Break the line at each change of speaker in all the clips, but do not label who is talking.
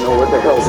is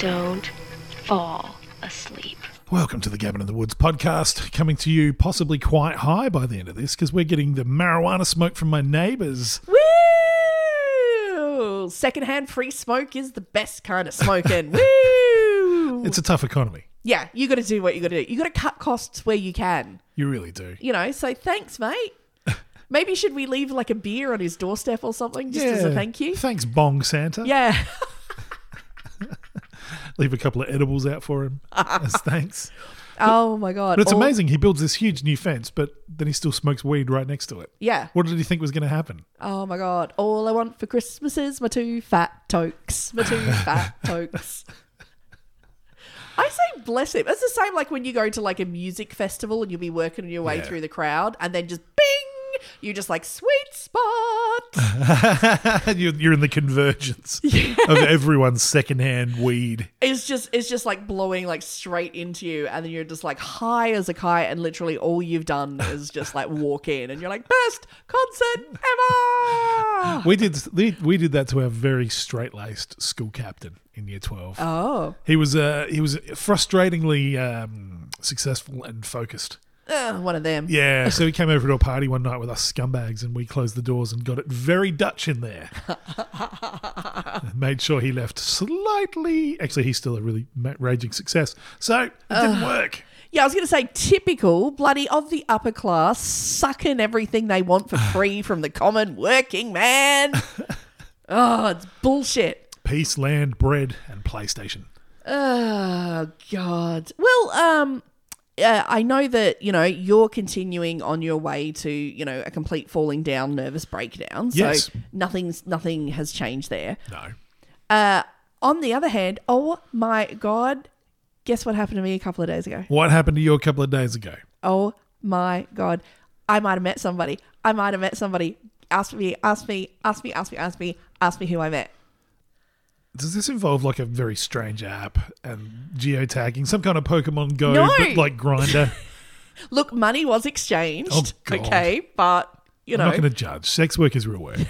Don't fall asleep.
Welcome to the Gavin in the Woods podcast, coming to you possibly quite high by the end of this because we're getting the marijuana smoke from my neighbours.
Woo! Secondhand free smoke is the best kind of smoking. Woo!
It's a tough economy.
yeah, you got to do what you got to do. You got to cut costs where you can.
You really do.
You know, so thanks, mate. Maybe should we leave like a beer on his doorstep or something just as a thank you?
Thanks, Bong Santa.
yeah.
Leave a couple of edibles out for him as thanks.
Oh my god.
But it's
Or-
amazing. He builds this huge new fence, but then he still smokes weed right next to it.
Yeah.
What did he think was going to happen?
Oh my god. All I want for Christmas is my two fat tokes. My two fat tokes. I say bless him. It's the same like when you go to like a music festival and you'll be working your way
Yeah.
through the crowd and then just bing, you just like sweet spot. Uh.
you're, you're in the convergence of everyone's secondhand weed.
it's just it's just like blowing like straight into you and then you're just like high as a kite and literally all you've done is just like walk in and you're like best concert ever.
We did we, we did that to our very straight laced school captain in year twelve.
Oh.
He was uh, he was frustratingly um, successful and focused.
Uh, one of them.
Yeah, so he came over to a party one night with us scumbags, and we closed the doors and got it very Dutch in there. And made sure he left slightly. Actually, he's still a really ma- raging success. So it didn't work.
Yeah, I was going to say typical bloody of the upper class sucking everything they want for free from the common working man. oh, it's bullshit.
Peace, land, bread, and PlayStation.
Oh god. Well, um uh, I know that, you know, you're continuing on your way to, you know, a complete falling down nervous breakdown. So
Yes.
nothing's nothing has changed there.
No.
Uh on the other hand, oh my god, guess what happened to me a couple of days ago?
What happened to you a couple of days ago?
oh my god i might have met somebody i might have met somebody ask me ask me ask me ask me ask me ask me who i met
Does this involve like a very strange app and geotagging, some kind of Pokemon Go,
No.
but like Grinder?
look money was exchanged
Oh, God.
okay but you
I'm
know
not going to judge. Sex work is real work.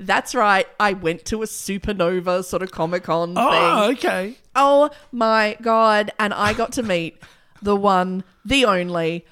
that's right i went to a supernova sort of comic-con thing
oh, okay.
oh my god and i got to meet the one the only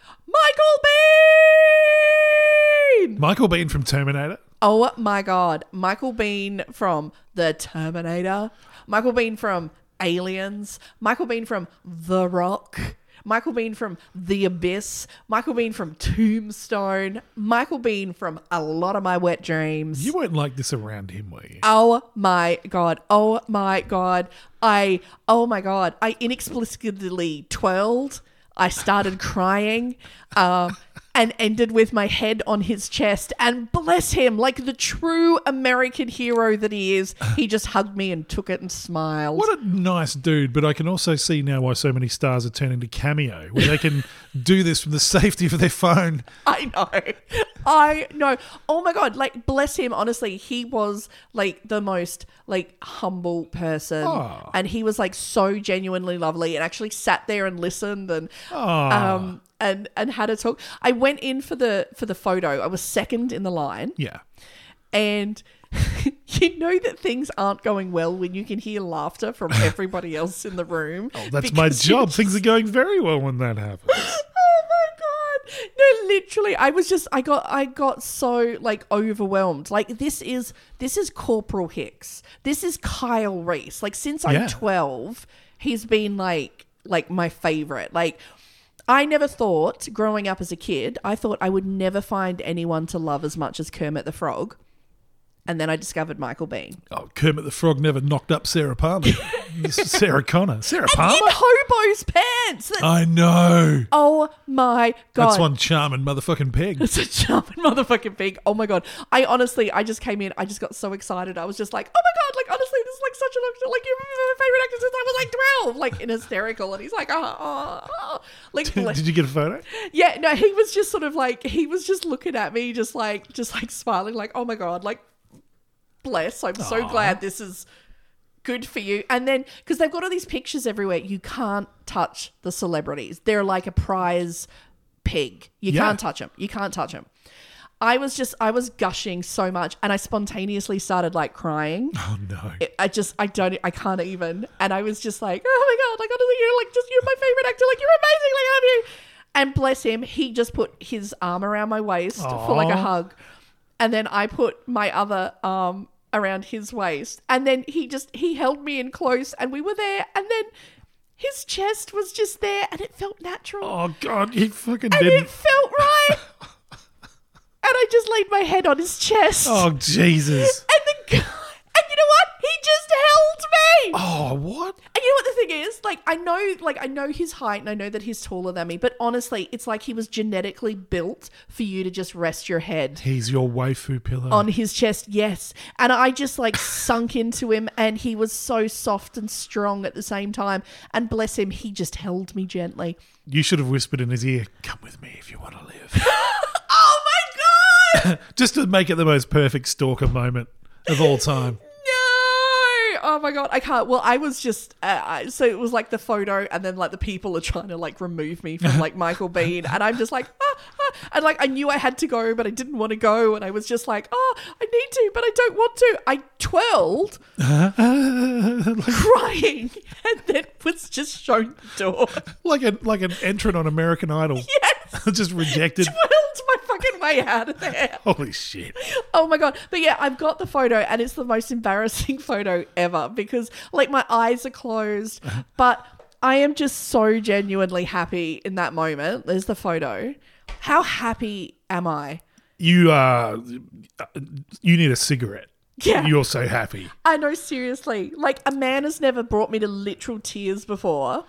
michael bean
Michael Bean from Terminator.
Oh my god. Michael Bean from The Terminator. Michael Bean from Aliens. Michael Bean from The Rock. Michael Bean from The Abyss. Michael Bean from Tombstone. Michael Bean from A Lot of My Wet Dreams.
You weren't like this around him, were you?
Oh my god. Oh my god. I oh my god. I inexplicably twirled. I started crying um, and ended with my head on his chest. And bless him, like the true American hero that he is, he just hugged me and took it and smiled.
What a nice dude, but I can also see now why so many stars are turning to Cameo, where they can do this from the safety of their phone.
I know. I know. Oh my god, like bless him, honestly, he was like the most like humble person
Aw.
and he was like so genuinely lovely and actually sat there and listened and
Aw.
um and and had a talk. I went in for the for the photo. I was second in the line
Yeah.
and you know that things aren't going well when you can hear laughter from everybody else in the room. Oh,
That's my job. Things are going very well when that happens.
oh my god no literally i was just i got i got so like overwhelmed like this is this is corporal hicks this is kyle reese like since i'm
Yeah.
12 he's been like like my favorite like I never thought growing up as a kid, I thought I would never find anyone to love as much as Kermit the Frog. And then I discovered Michael Bean.
Oh, Kermit the Frog never knocked up Sarah Palmer. Sarah Connor. Sarah
In
Palmer?
Hobo's pants. That-
I know.
oh my God.
That's one charming motherfucking peg.
It's a charming motherfucking pig. Oh my god. I honestly, I just came in, I just got so excited. I was just like, oh my god, like honestly, this is like such an like you're my favorite actor since I was like twelve, like in hysterical, and he's like, oh, oh, oh. like like-
Did you get a photo?
yeah, no, he was just sort of like he was just looking at me, just like just like smiling, like oh my god, like bless, I'm so glad this is good for you. And then because they've got all these pictures everywhere, you can't touch the celebrities. They're like a prize pig. You
Yeah.
can't touch them. You can't touch them. I was just I was gushing so much, and I spontaneously started like crying.
Oh, no.
It- I just I don't I can't even and I was just like oh my god like honestly you're like just you're my favorite actor like you're amazing like I love you and bless him he just put his arm around my waist for like a
Aw.
hug and then I put my other arm around his waist and then he just he held me in close and we were there and then his chest was just there and it felt natural
Oh, God. He fucking
and
didn't.
it felt right and I just laid my head on his chest
Oh, Jesus.
and the guy, and you know what? He just held me.
Oh, what?
And you know what the thing is? Like I know, like I know his height, and I know that he's taller than me. But honestly, it's like he was genetically built for you to just rest your head
He's your waifu pillow.
on his chest. Yes, and I just like sunk into him, and he was so soft and strong at the same time. And bless him, he just held me gently.
you should have whispered in his ear, come with me if you want to live.
Oh my god!
Just to make it the most perfect stalker moment of all time.
No! Oh my god, I can't. Well, I was just uh, I, so it was like the photo, and then like the people are trying to like remove me from like Michael Bean, and I'm just like, ah, ah, and like I knew I had to go, but I didn't want to go, and I was just like, oh, I need to, but I don't want to. I twirled,
like,
crying, and then was just shown the door.
like, a, like an entrant on American Idol.
Yes,
Just rejected.
twirled my fucking way out of there.
Holy shit.
Oh my god. But yeah, I've got the photo and it's the most embarrassing photo ever because like my eyes are closed, but I am just so genuinely happy in that moment. There's the photo. How happy am I?
You are. You need a cigarette.
Yeah.
You're so happy.
I know seriously. Like a man has never brought me to literal tears before.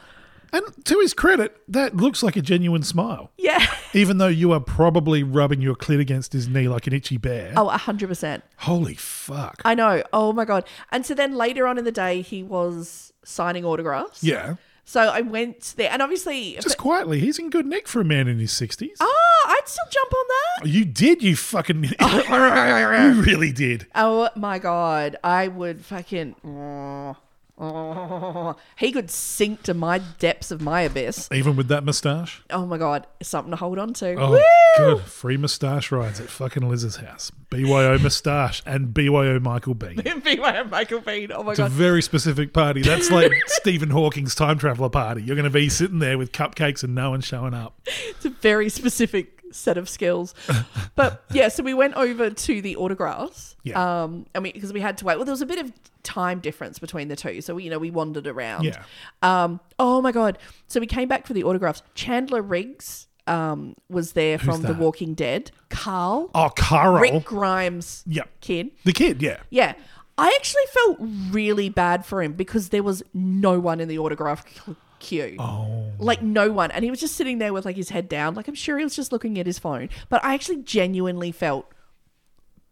And to his credit, that looks like a genuine smile.
Yeah.
Even though you are probably rubbing your clit against his knee like an itchy bear.
Oh, 100%.
Holy fuck.
I know. Oh my god. And so then later on in the day he was signing autographs.
yeah.
So I went there and obviously
Just quietly, he's in good nick for a man in his 60s.
Ah, I'd still jump on that.
You did, you fucking. you really did.
Oh my god, I would fucking. oh, He could sink to my depths of my abyss.
Even with that moustache.
Oh my god, something to hold on to.
Oh,
Woo!
good. Free moustache rides at fucking Liz's house. BYO moustache and BYO Michael Bean.
Beware of Michael Bean. Oh my
It's a
god.
very specific party. That's like Stephen Hawking's time traveler party. You're going to be sitting there with cupcakes and no one showing up.
It's a very specific set of skills. But yeah, so we went over to the autographs.
Yeah.
Um, and we because we had to wait. Well, there was a bit of time difference between the two, so we, you know we wandered around.
Yeah.
Um. Oh my god. So we came back for the autographs. Chandler Riggs. Um, was there from The
that?
Walking Dead? Carl.
Oh, Carl.
Rick Grimes
Yep.
kid.
The kid, yeah.
Yeah. I actually felt really bad for him because there was no one in the autograph c- queue. Oh. Like no one. And he was just sitting there with like his head down. Like I'm sure he was just looking at his phone. But I actually genuinely felt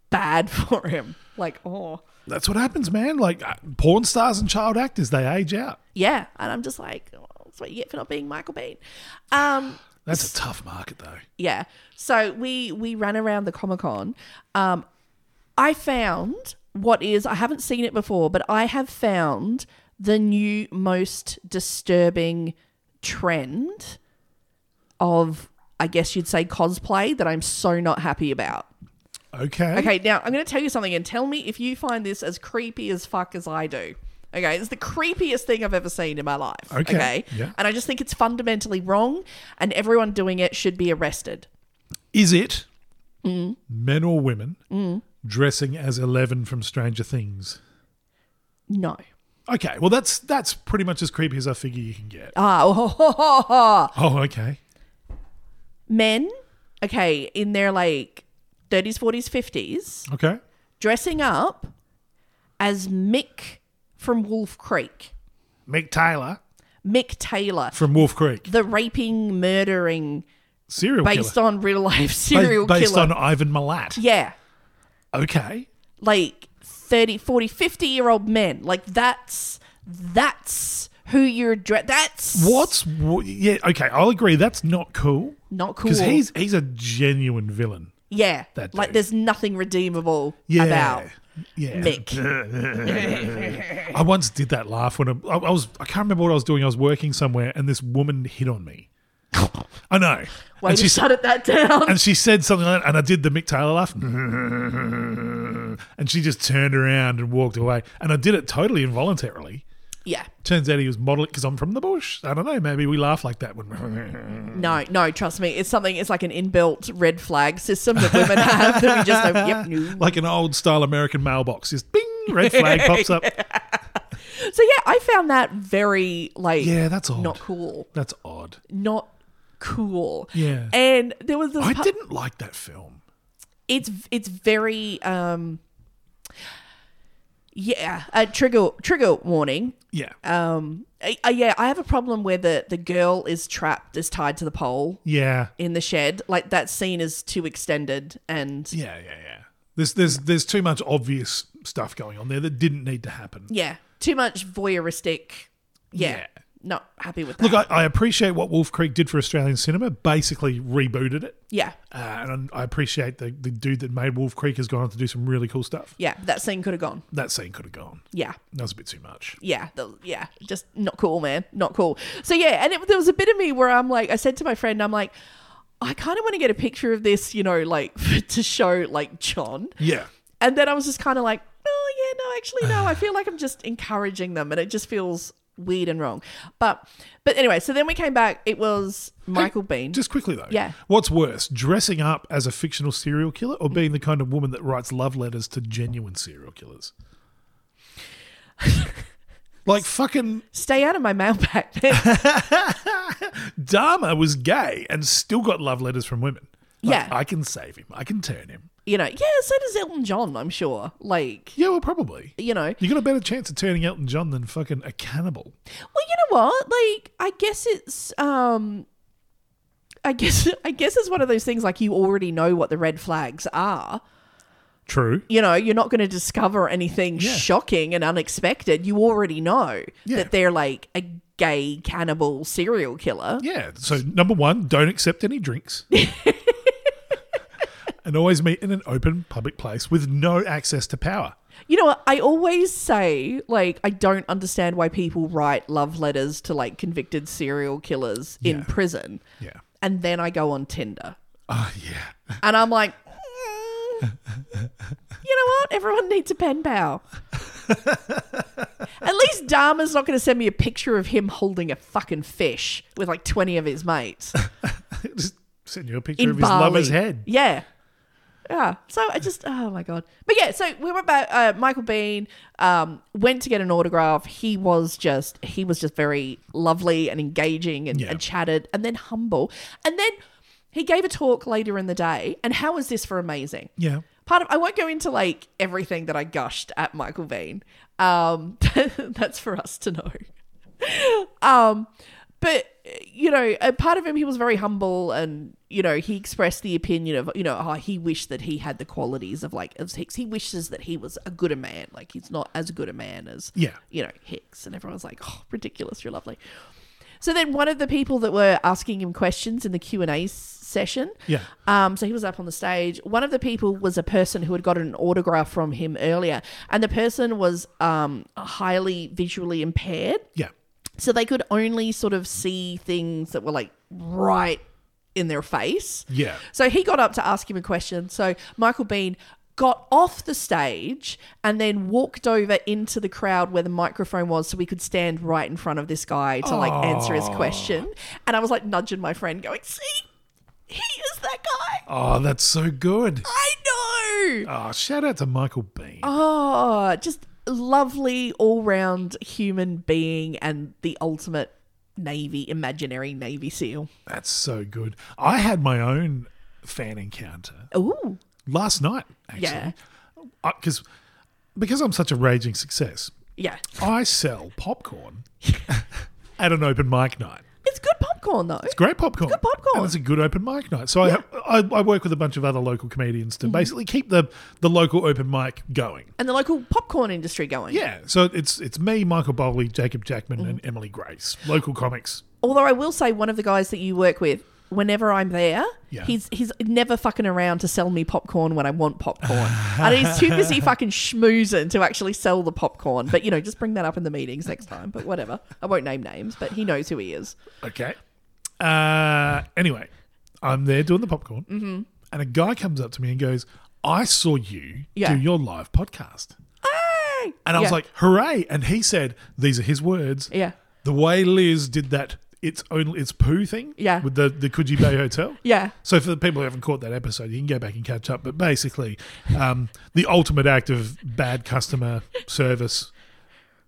bad for him. Like, oh.
That's what happens, man. Like uh, porn stars and child actors, they age out.
Yeah. And I'm just like, oh, that's what you get for not being Michael Bean. Um,
That's a tough market, though.
yeah. So we we ran around the Comic Con. Um, I found what is I haven't seen it before, but I have found the new most disturbing trend of I guess you'd say cosplay that I'm so not happy about.
Okay.
Okay, now I'm going to tell you something and tell me if you find this as creepy as fuck as I do. Okay, it's the creepiest thing I've ever seen in my life.
Okay, yeah.
And I just think it's fundamentally wrong and everyone doing it should be arrested.
Is it
Mm.
men or women dressing as Eleven from Stranger Things?
No.
Okay, well that's that's pretty much as creepy as I figure you can get.
Ah,
Oh, okay.
men, okay, in their like 30s, 40s, 50s,
Okay.
dressing up as Mick from Wolf Creek,
Mick Taylor
Mick Taylor,
from Wolf Creek,
the raping, murdering,
serial
based
killer,
on real life
Ba-
serial
based
killer.
on Ivan Milat.
yeah,
Okay,
like 30, 40, 50 year old men. Like that's that's who you're dre- that's
what's wh- yeah? Okay, I'll agree. That's not cool
not cool.
because he's he's a genuine villain.
yeah,
that
like
dude.
there's nothing redeemable
Yeah.
about
Yeah.
Mick.
I once did that laugh when I, I I was I can't remember what I was doing. I was working somewhere and this woman hit on me. I know.
Way
and
to
sa-
shut it that down.
and she said something like that, and I did the Mick Taylor laugh. And she just turned around and walked away. And I did it totally involuntarily.
yeah,
Turns out he was modeling because I'm from the bush. I don't know. Maybe we laugh like that when
no, no, trust me, it's something. It's like an inbuilt red flag system that women have that we just know. Yep, no.
like an old style American mailbox. Just bing, red flag pops up.
So yeah, I found that very like
Yeah, that's odd.
not cool,
That's odd.
not cool.
Yeah.
and there was this
I
part-
didn't like that film.
it's it's very um yeah a trigger trigger warning
Yeah.
um I, I, yeah i have a problem where the the girl is trapped is tied to the pole
yeah.
in the shed like that scene is too extended and yeah,
Yeah, yeah, yeah. There's there's there's too much obvious stuff going on there that didn't need to happen.
too much voyeuristic yeah,
Yeah.
not happy with that
Look, I, I appreciate what Wolf Creek did for Australian cinema. Basically, rebooted it,
yeah
uh, and I appreciate the the dude that made Wolf Creek has gone on to do some really cool stuff.
yeah that scene could have gone
That scene could have gone.
yeah
That was a bit too much.
yeah, the, yeah, just not cool, man, not cool. So yeah, and it, there was a bit of me where I'm like, I said to my friend, I'm like, I kind of want to get a picture of this, you know, like to show like John,
Yeah,
and then I was just kind of like, oh yeah, no, actually no, I feel like I'm just encouraging them, and it just feels weird and wrong. But but anyway, so then we came back. It was Michael Bean.
just quickly though.
Yeah.
What's worse, dressing up as a fictional serial killer or being the kind of woman that writes love letters to genuine serial killers? like fucking
Stay out of my mailbag. man.
Dharma was gay and still got love letters from women.
Yeah.
I can save him. I can turn him.
you know, yeah. So does Elton John. I'm sure. Like
Yeah, well, probably.
you know,
You got a better chance of turning Elton John than fucking a cannibal.
Well, you know what? Like, I guess it's um I guess I guess it's one of those things like you already know what the red flags are.
True.
You know, you're not going to discover anything
Yeah.
shocking and unexpected. You already know
Yeah.
that they're like a gay cannibal serial killer.
Yeah. So number one, don't accept any drinks. and always meet in an open public place with no access to power.
You know what? I always say like I don't understand why people write love letters to like convicted serial killers in
Yeah.
prison.
Yeah.
And then I go on Tinder.
Oh yeah.
And I'm like, "Mm, you know what? Everyone needs a pen pal. At least Dharma's not going to send me a picture of him holding a fucking fish with like 20 of his mates
Just send you a picture
in
of his
Bali.
lover's head.
Yeah. Yeah. So I just, oh my God. But yeah, so we were about, uh, Michael Bean um, went to get an autograph. He was just, he was just very lovely and engaging and,
Yeah.
and chatted and then humble. And then he gave a talk later in the day. And how was this for amazing?
Yeah.
part of I won't go into like everything that I gushed at Michael Vane. Um, that's for us to know. Um, but you know, a part of him, he was very humble, and you know, he expressed the opinion of you know, oh, he wished that he had the qualities of like of Hicks. He wishes that he was a good a man. Like he's not as good a man as
Yeah.
you know Hicks, and everyone's like, oh, ridiculous, you're lovely. So then, one of the people that were asking him questions in the Q and A session,
Yeah.
um, so he was up on the stage. One of the people was a person who had gotten an autograph from him earlier, and the person was um, highly visually impaired,
Yeah.
so they could only sort of see things that were like right in their face.
Yeah.
So he got up to ask him a question. So Michael Bean got off the stage and then walked over into the crowd where the microphone was so we could stand right in front of this guy to like answer his question. And I was like nudging my friend, going, See, he is that guy.
Oh, that's so good.
I know.
Oh, shout out to Michael Bean.
Oh, just lovely all round human being and the ultimate Navy, imaginary Navy SEAL.
That's so good. I had my own fan encounter
Ooh.
last night, actually.
Yeah.
because because I'm such a raging success,
Yeah.
I sell popcorn at an open mic night.
It's good popcorn, though.
It's great popcorn.
good popcorn.
And it's a good open mic night. So I, I I work with a bunch of other local comedians
Mm-hmm.
to basically keep the the local open mic going.
And the local popcorn industry going.
Yeah. So it's it's me, Michael Bowley, Jacob Jackman, and
Mm-hmm.
Emily Grace, local comics.
Although I will say, one of the guys that you work with, whenever I'm there,
Yeah.
he's he's never fucking around to sell me popcorn when I want popcorn, and he's too busy fucking schmoozing to actually sell the popcorn. But you know, just bring that up in the meetings next time. But whatever, I won't name names, but he knows who he is.
Okay. Uh, anyway, I'm there doing the popcorn,
Mm-hmm.
and a guy comes up to me and goes, "I saw you
Yeah.
do your live podcast,"
Hey!
and I was
Yeah.
like, "Hooray!" And he said, "These are his words."
Yeah.
The way Liz did that, it's only it's poo thing.
Yeah.
With the the Coogee Bay Hotel.
yeah,
So for the people who haven't caught that episode, you can go back and catch up. But basically, um, the ultimate act of bad customer service,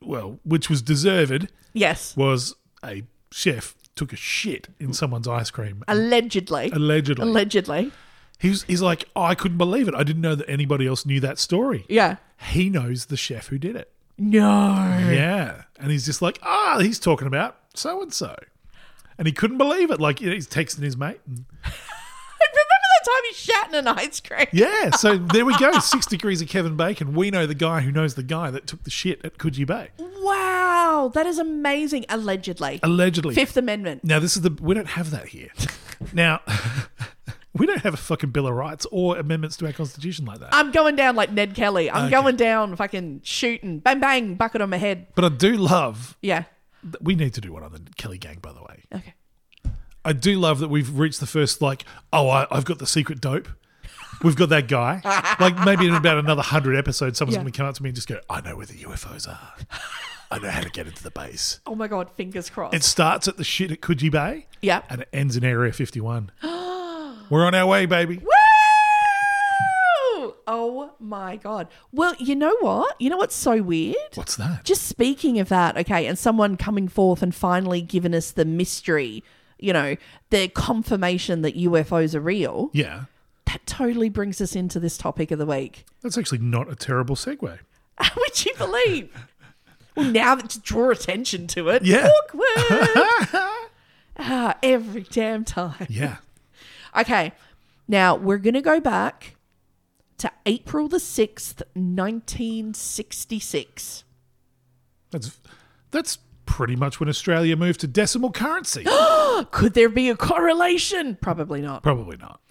well, which was deserved,
yes,
was a chef took a shit in someone's ice cream.
allegedly,
Allegedly,
allegedly,
he was, he's like, "Oh, I couldn't believe it. I didn't know that anybody else knew that story.
yeah,
He knows the chef who did it.
no,
Yeah, and he's just like, ah, he's talking about so and so, and he couldn't believe it. Like you know, he's texting his mate. And,
Remember that time he shat in an ice cream?
yeah, so there we go. Six degrees of Kevin Bacon. We know the guy who knows the guy that took the shit at Coogee Bay.
Wow, that is amazing. Allegedly,
Allegedly,
Fifth Amendment.
Now this is the we don't have that here. Now we don't have a fucking Bill of Rights or amendments to our constitution like that.
I'm going down like Ned Kelly. I'm going down fucking shooting. Bang, bang, bucket on my head.
But I do love.
Yeah.
that- We need to do one on the Kelly gang, by the way.
Okay.
I do love that we've reached the first like, oh, I, I've got the secret dope. We've got that guy. Like maybe in about another hundred episodes, someone's
Yeah.
going to come up to me and just go, I know where the UFOs are. I know how to get into the base.
Oh my God, fingers crossed.
It starts at the shit at Coogee Bay.
Yep.
And it ends in Area 51. We're on our way, baby.
Woo! Oh my God. Well, you know what? You know what's so weird?
What's that?
Just speaking of that, okay, and someone coming forth and finally giving us the mystery, you know, the confirmation that UFOs are real,
yeah.
that totally brings us into this topic of the week.
That's actually not a terrible segue.
Would you believe? well, now that to draw attention to it,
Yeah.
awkward. ah, every damn time.
Yeah.
Okay, now we're gonna go back to April the sixth, nineteen sixty-six.
That's that's pretty much when Australia moved to decimal currency.
Could there be a correlation? Probably not.
Probably not.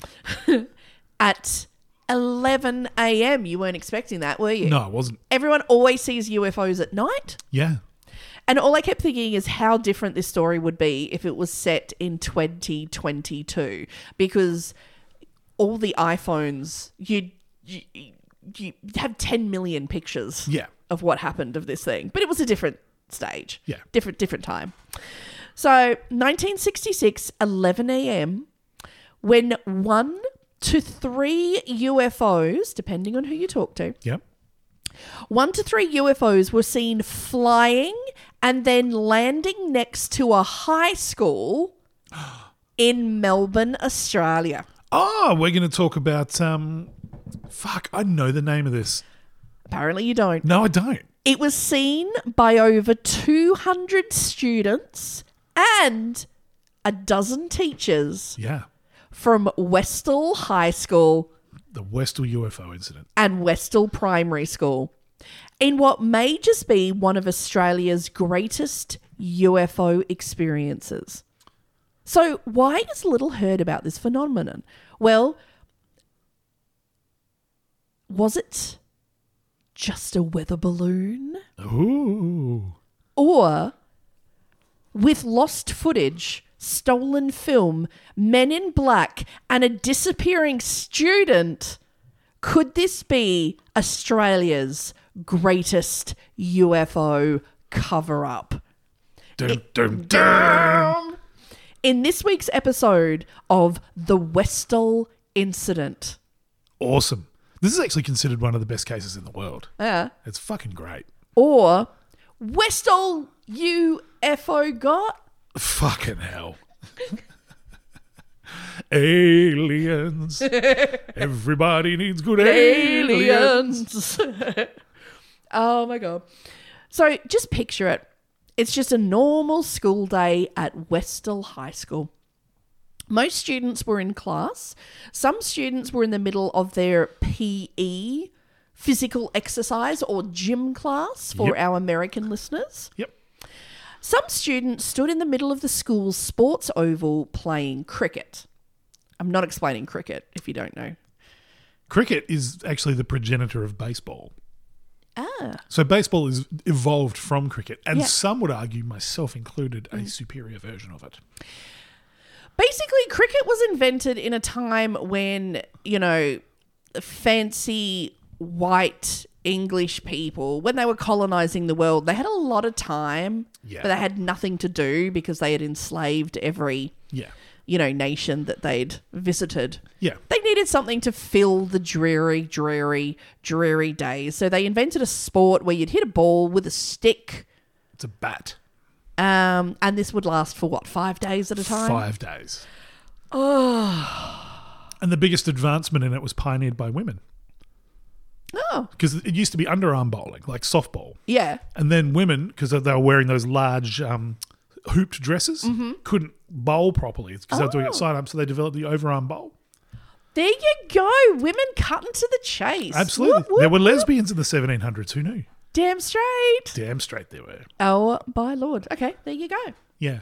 At eleven a.m., you weren't expecting that, were you?
No, it wasn't.
Everyone always sees UFOs at night.
Yeah.
And all I kept thinking is how different this story would be if it was set in 2022 because all the iPhones you you, you have 10 million pictures
Yeah.
of what happened of this thing. But it was a different stage.
Yeah.
Different different time. So, 1966 11 a.m. when 1 to 3 UFOs depending on who you talk to
Yep.
one to three UFOs were seen flying and then landing next to a high school in Melbourne, Australia.
Oh, we're going to talk about um fuck, I know the name of this.
Apparently, you don't.
No, I don't.
It was seen by over 200 students and a dozen teachers
Yeah.
from Westall High School
The Westall UFO incident.
and Westall Primary School in what may just be one of Australia's greatest UFO experiences. So, why is little heard about this phenomenon? Well, was it just a weather balloon?
Ooh.
Or, with lost footage, stolen film, men in black, and a disappearing student, could this be Australia's greatest UFO cover up?
Dum, dum, dum.
In this week's episode of The Westall Incident.
Awesome. This is actually considered one of the best cases in the world.
Yeah.
It's fucking great.
Or Westall UFO got?
Fucking hell. aliens. Everybody needs good aliens.
aliens. oh my god. So just picture it. It's just a normal school day at Westall High School. Most students were in class. Some students were in the middle of their PE, physical exercise or gym class for
Yep.
our American listeners.
Yep.
Some students stood in the middle of the school's sports oval playing cricket. I'm not explaining cricket if you don't know.
Cricket is actually the progenitor of baseball.
Ah.
So baseball is evolved from cricket, and
Yeah. Mm.
some would argue, myself included, a superior version of it.
basically cricket was invented in a time when you know fancy white english people when they were colonizing the world they had a lot of time
Yeah.
but they had nothing to do because they had enslaved every
Yeah.
you know nation that they'd visited
Yeah.
they needed something to fill the dreary, dreary, dreary days. So they invented a sport where you'd hit a ball with a stick,
It's a bat.
um, and this would last for what five days at a time.
Five days. Oh. And the biggest advancement in it was pioneered by women.
Oh,
Because it used to be underarm bowling, like softball.
yeah.
And then women, because they were wearing those large um, hooped dresses, couldn't bowl properly because they were doing
Mm-hmm. Oh.
it side arm. So they developed the overarm bowl.
There you go. Women cutting to the chase.
Absolutely.
Whoop, whoop,
there were
whoop.
lesbians in the 1700s. Who knew?
Damn straight.
Damn straight there were.
Oh, by Lord. Okay, there you go.
Yeah.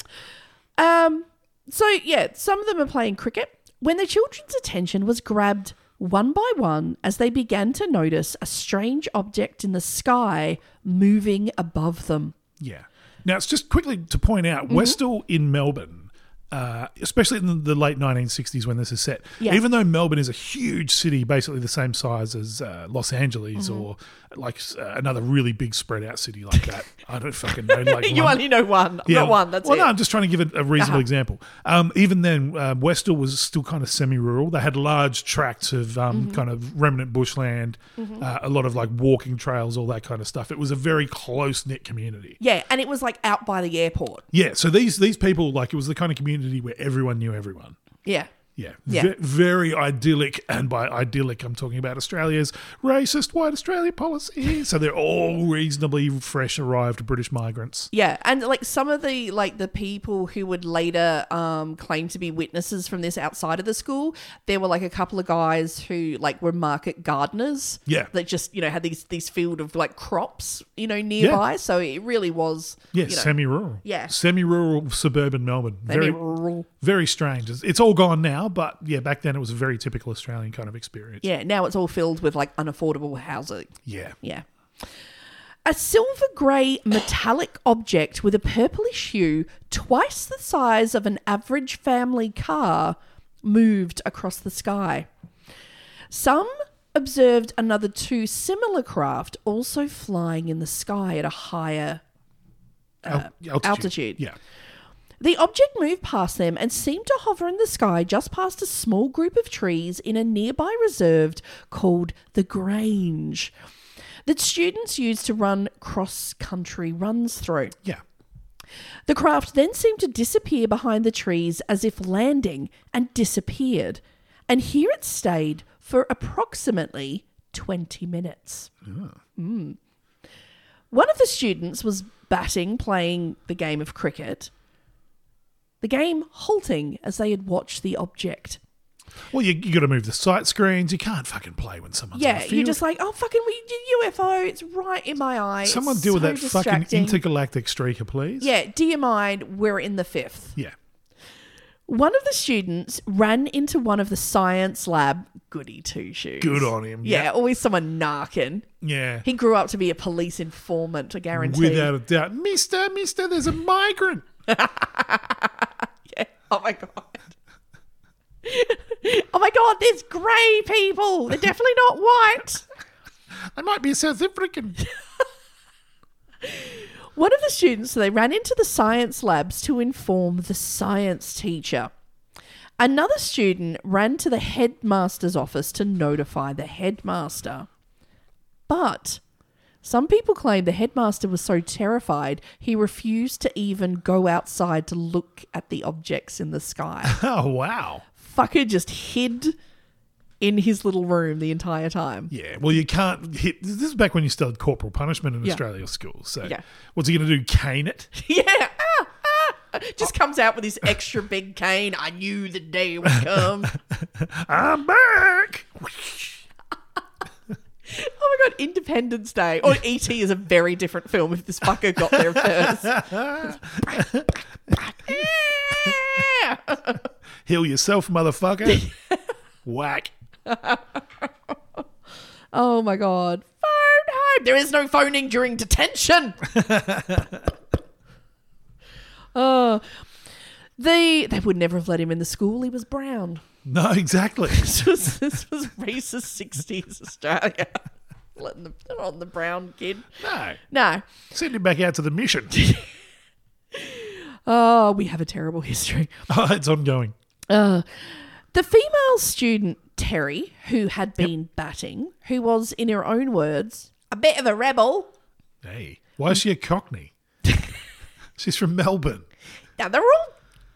Um, so, yeah, some of them are playing cricket. When the children's attention was grabbed one by one as they began to notice a strange object in the sky moving above them.
Yeah. Now, it's just quickly to point out
Mm-hmm.
Westall in Melbourne, uh, especially in the late 1960s when this is set,
Yeah.
even though Melbourne is a huge city, basically the same size as uh, Los Angeles
Mm-hmm.
or like uh, another really big spread out city like that. I don't fucking know. Like
You
Lon-
only know one. I've Got one. That's
well,
it.
no, I'm just trying to give it a reasonable
Uh-huh.
example. Um, even then, um, Westall was still kind of semi-rural. They had large tracts of um,
Mm-hmm.
kind of remnant bushland, uh, a lot of like walking trails, all that kind of stuff. It was a very close-knit community.
yeah, and it was like out by the airport.
Yeah, so these these people like it was the kind of community where everyone knew everyone.
Yeah.
Yeah,
Yeah.
Ve- very idyllic, and by idyllic, I'm talking about Australia's racist white Australia policy. so they're all reasonably fresh arrived British migrants.
Yeah, and like some of the like the people who would later um, claim to be witnesses from this outside of the school, there were like a couple of guys who like were market gardeners.
Yeah.
that just you know had these these field of like crops you know nearby. So it really was
Yeah,
you know,
semi-rural.
Yeah.
semi-rural suburban Melbourne. Very,
semi-rural.
very strange. It's, it's all gone now, but yeah, back then it was a very typical Australian kind of experience.
Yeah, now it's all filled with like unaffordable housing.
yeah.
Yeah. A silver grey metallic object with a purplish hue, twice the size of an average family car, moved across the sky. Some observed another two similar craft also flying in the sky at a higher.
Al-
altitude.
Yeah,
The object moved past them and seemed to hover in the sky just past a small group of trees in a nearby reserve called the Grange that students used to run cross country runs through.
yeah.
The craft then seemed to disappear behind the trees as if landing and disappeared. And here it stayed for approximately 20 minutes. Mm. One of the students was batting, playing the game of cricket, the game halting as they had watched the object.
Well, you, you got to move the sight screens. You can't fucking play when someone's on
Yeah,
the field.
you're just like, oh, fucking, we did UFO. It's right in my eye. It's
Someone deal with
so
that fucking
distracting.
intergalactic streaker, please.
Yeah, do you mind? We're in the fifth.
Yeah.
One of the students ran into one of the science lab goody two shoes.
Good on him.
Yeah,
Yeah.
always someone narking.
Yeah.
He grew up to be a police informant, I guarantee.
Without a doubt. Mister, mister, there's a migrant.
oh my god. oh my god, there's grey people. They're definitely not white.
I might be a South African.
One of the students, so they ran into the science labs to inform the science teacher. Another student ran to the headmaster's office to notify the headmaster. But some people claim the headmaster was so terrified he refused to even go outside to look at the objects in the sky.
oh, wow.
fucker just hid in his little room the entire time.
Yeah, well, you can't hit. This is back when you started corporal punishment in
Yeah.
Australia schools. So,
Yeah.
what's he going to do? Cane it?
Yeah. Ah, ah. Just comes out with his extra big cane. I knew the day would come.
I'm back.
oh my god, Independence Day. Or E.T. is a very different film if this fucker got there first. Yeah.
Heal yourself, motherfucker. Whack.
oh my god. Phone home. There is no phoning during detention. Oh. the they would never have let him in the school. He was brown.
No, exactly.
this was this was racist sixties Australia. Letting the they're on the brown kid.
No,
No.
send him back out to the mission.
Oh, we have a terrible history.
oh, it's ongoing.
The female student, Terry, who had been batting, who was, in her own words, a bit of a rebel.
Hey, why is she a Cockney? She's from Melbourne.
Now they're all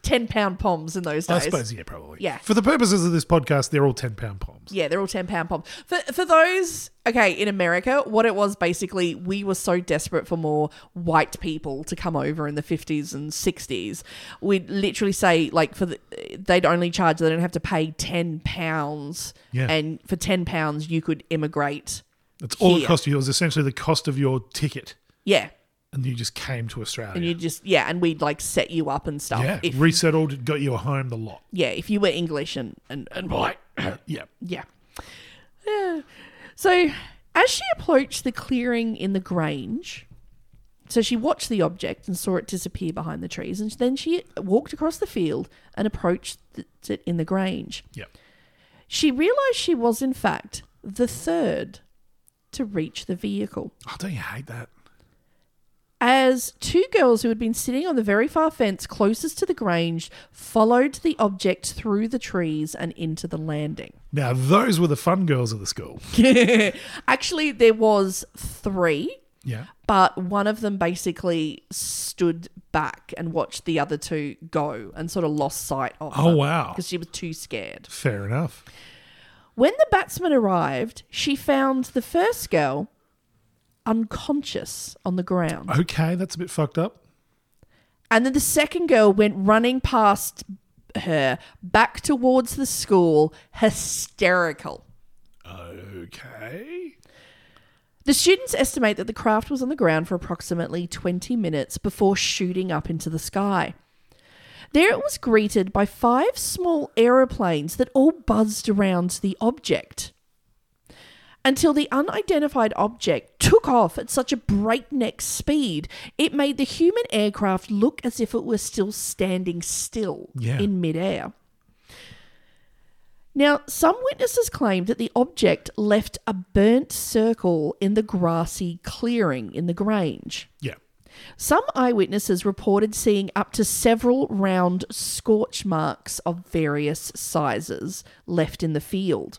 ten pound poms in those
I
days.
suppose, yeah, probably.
Yeah.
For the purposes of this podcast, they're all ten pound palms.
Yeah, they're all ten pound poms. For for those okay, in America, what it was basically we were so desperate for more white people to come over in the fifties and sixties. We'd literally say like for the they'd only charge they don't have to pay ten pounds.
Yeah.
And for ten pounds you could immigrate.
That's all
Here.
it cost you. It was essentially the cost of your ticket,
Yeah.
and you just came to Australia.
And you just yeah, and we'd like set you up and stuff.
yeah,
If,
resettled, got you a home, the lot.
yeah, if you were English and, and, and white.
Yeah.
Yeah. Yeah. So, as she approached the clearing in the Grange, so she watched the object and saw it disappear behind the trees, and then she walked across the field and approached th- it in the Grange.
Yeah.
She realised she was, in fact, the third to reach the vehicle.
Oh, don't you hate that?
As two girls who had been sitting on the very far fence closest to the Grange followed the object through the trees and into the landing.
Now, those were the fun girls of the school.
Actually, there was three,
Yeah.
but one of them basically stood back and watched the other two go and sort of lost sight of
Oh, wow.
because she was too scared.
Fair enough.
When the batsman arrived, she found the first girl unconscious on the ground.
Okay, that's a bit fucked up.
And then the second girl went running past her back towards the school, hysterical.
Okay.
The students estimate that the craft was on the ground for approximately 20 minutes before shooting up into the sky. There it was greeted by five small aeroplanes that all buzzed around the object until the unidentified object took off at such a breakneck speed it made the human aircraft look as if it were still standing still
Yeah.
in midair. Now, some witnesses claimed that the object left a burnt circle in the grassy clearing in the Grange.
Yeah.
Some eyewitnesses reported seeing up to several round scorch marks of various sizes left in the field.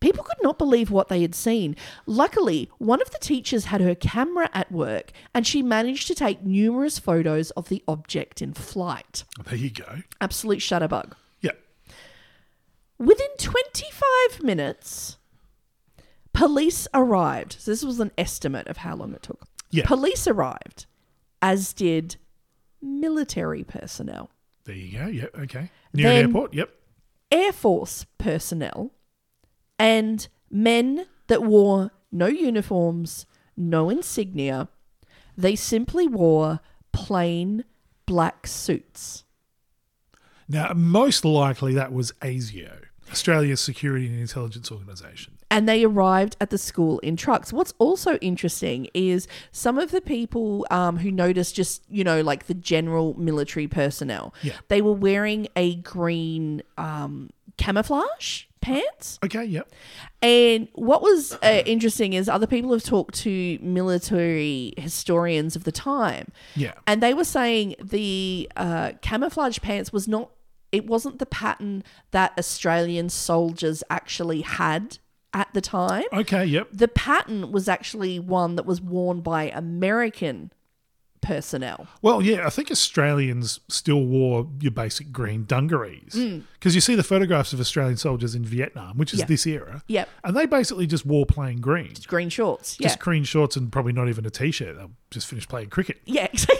People could not believe what they had seen. Luckily, one of the teachers had her camera at work and she managed to take numerous photos of the object in flight.
There you go.
Absolute shutterbug.
Yeah.
Within 25 minutes, police arrived. So, this was an estimate of how long it took.
Yeah.
Police arrived, as did military personnel,
There you go. Yep. Okay. Near an
Then-
airport. Yep.
Air Force personnel, and men that wore no uniforms, no insignia. They simply wore plain black suits.
Now, most likely that was ASIO, Australia's Security and Intelligence Organisation.
and they arrived at the school in trucks. What's also interesting is some of the people um, who noticed just, you know, like the general military personnel,
Yeah.
they were wearing a green um, camouflage pants.
Okay. Yep.
And what was uh, interesting is other people have talked to military historians of the time.
Yeah.
And they were saying the uh, camouflage pants was not, it wasn't the pattern that Australian soldiers actually had at the time.
Okay. Yep.
The pattern was actually one that was worn by American personnel.
Well, yeah, I think Australians still wore your basic green dungarees because you see the photographs of Australian soldiers in Vietnam, which is
Mm. Yeah.
this era.
Yep.
and they basically just wore plain green, just
Green shorts. Yeah.
green shorts and probably not even a t-shirt. They just finished playing cricket.
Yeah, exactly.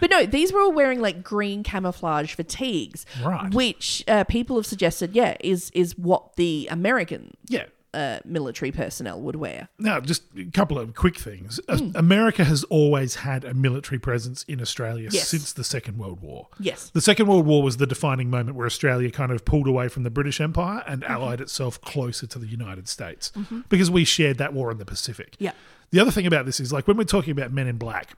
but no, these were all wearing like green camouflage fatigues,
Right.
Which uh, people have suggested, yeah, is is what the American
Yeah.
uh, military personnel would wear.
Now, just a couple of quick things. A-
Hmm.
America has always had a military presence in Australia
Yes.
since the Second World War.
Yes.
The Second World War was the defining moment where Australia kind of pulled away from the British Empire and
Mm-hmm.
allied itself closer to the United States because we shared that war in the Pacific.
Yeah.
The other thing about this is like when we're talking about men in black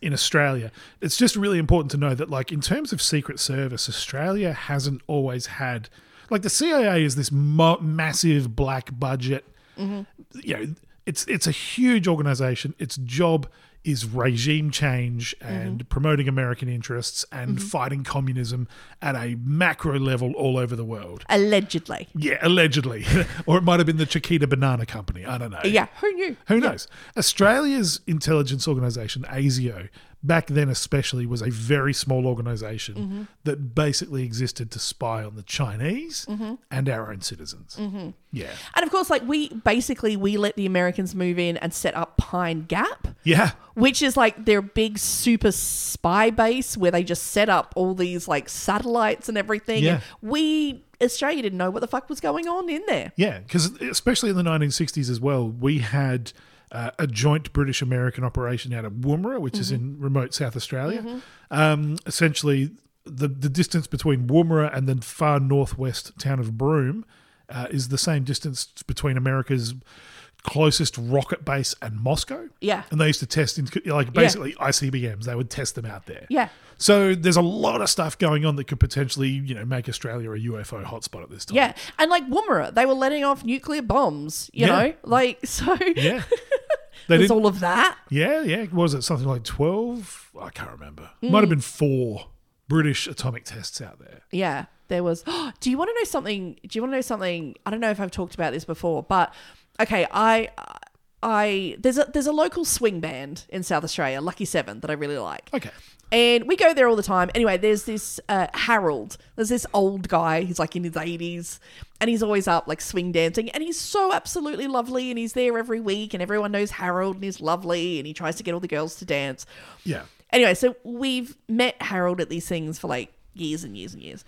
in Australia, it's just really important to know that like in terms of secret service, Australia hasn't always had like the CIA is this mo- massive black budget. You know, it's it's a huge organization. Its job is regime change and
Mm-hmm.
promoting American interests and fighting communism at a macro level all over the world.
Allegedly.
Yeah, allegedly. or it might have been the Chiquita Banana Company. I don't know.
Yeah, who knew?
Who knows? Australia's intelligence organisation, ASIO, back then especially, was a very small organisation
Mm-hmm.
that basically existed to spy on the Chinese
Mm-hmm.
and our own citizens. Yeah.
And of course, like we basically we let the Americans move in and set up Pine Gap.
Yeah.
which is like their big super spy base where they just set up all these like satellites and everything.
Yeah.
And we Australia didn't know what the fuck was going on in there.
Yeah. Because especially in the 1960s as well, we had. Uh, a joint British American operation out of Woomera, which is
Mm-hmm.
in remote South Australia. Um, essentially, the, the distance between Woomera and the far northwest town of Broome uh, is the same distance between America's closest rocket base and Moscow.
Yeah.
And they used to test, in, like, basically ICBMs. They would test them out there.
Yeah.
So there's a lot of stuff going on that could potentially, you know, make Australia a UFO hotspot at this time.
Yeah. And like Woomera, they were letting off nuclear bombs, you
Yeah.
know? Like so
Yeah. They
there's
didn't-
all of that.
Yeah, yeah. What Was it something like 12? I can't remember.
Mm.
Might have been four British atomic tests out there.
Yeah. There was Do you want to know something? Do you want to know something? I don't know if I've talked about this before, but okay, I I there's a there's a local swing band in South Australia, Lucky 7 that I really like.
Okay.
And we go there all the time. Anyway, there's this uh, Harold. There's this old guy. He's like in his 80s and he's always up like swing dancing. And he's so absolutely lovely. And he's there every week. And everyone knows Harold and he's lovely. And he tries to get all the girls to dance.
Yeah.
Anyway, so we've met Harold at these things for like years and years and years.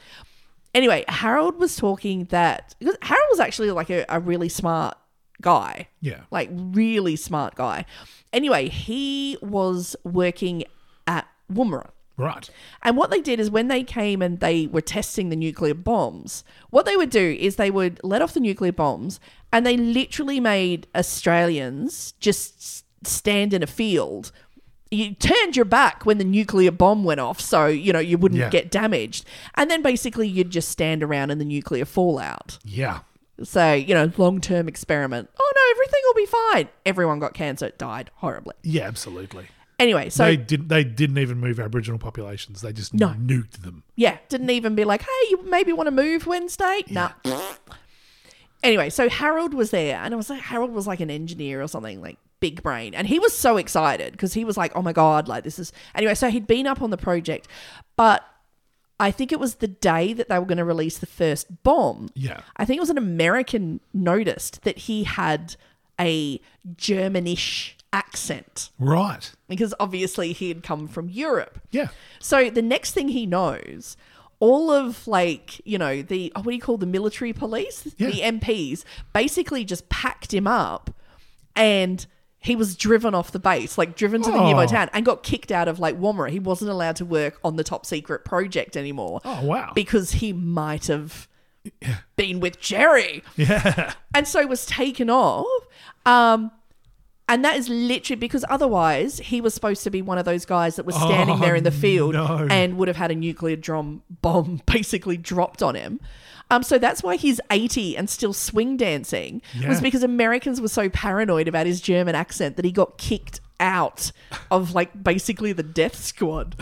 Anyway, Harold was talking that because Harold was actually like a, a really smart guy.
Yeah.
Like really smart guy. Anyway, he was working at Woomera.
Right.
And what they did is when they came and they were testing the nuclear bombs, what they would do is they would let off the nuclear bombs and they literally made Australians just s- stand in a field. You turned your back when the nuclear bomb went off, so you know you wouldn't
Yeah.
get damaged. And then basically you'd just stand around in the nuclear fallout.
Yeah.
So, you know, long term experiment. Oh no, everything will be fine. Everyone got cancer, died horribly.
Yeah, absolutely.
Anyway, so
they didn't they didn't even move Aboriginal populations. They just nuked them.
Yeah, didn't even be like, hey, you maybe want to move Wednesday? Nah. anyway, so Harold was there, and I was like, Harold was like an engineer or something, like big brain, and he was so excited because he was like, oh my god, like this is anyway. So he'd been up on the project, but I think it was the day that they were going to release the first bomb.
Yeah.
I think it was an American noticed that he had a Germanish accent
Right.
because obviously he had come from Europe.
Yeah.
So the next thing he knows, all of like, you know, the oh, what do you call the military police,
Yeah.
the MPs, basically just packed him up and he was driven off the base, like driven to the nearby
Oh.
town and got kicked out of like Woomera. He wasn't allowed to work on the top secret project anymore
Oh wow.
because he might have been with Jerry. Yeah. And so was taken off. Um, and that is literally because otherwise he was supposed to be one of those guys that was standing
Oh,
there in the field
no.
and would have had a nuclear drum bomb basically dropped on him. Um, so that's why he's 80 and still swing dancing was
Yeah.
because Americans were so paranoid about his German accent that he got kicked out of like basically the death squad.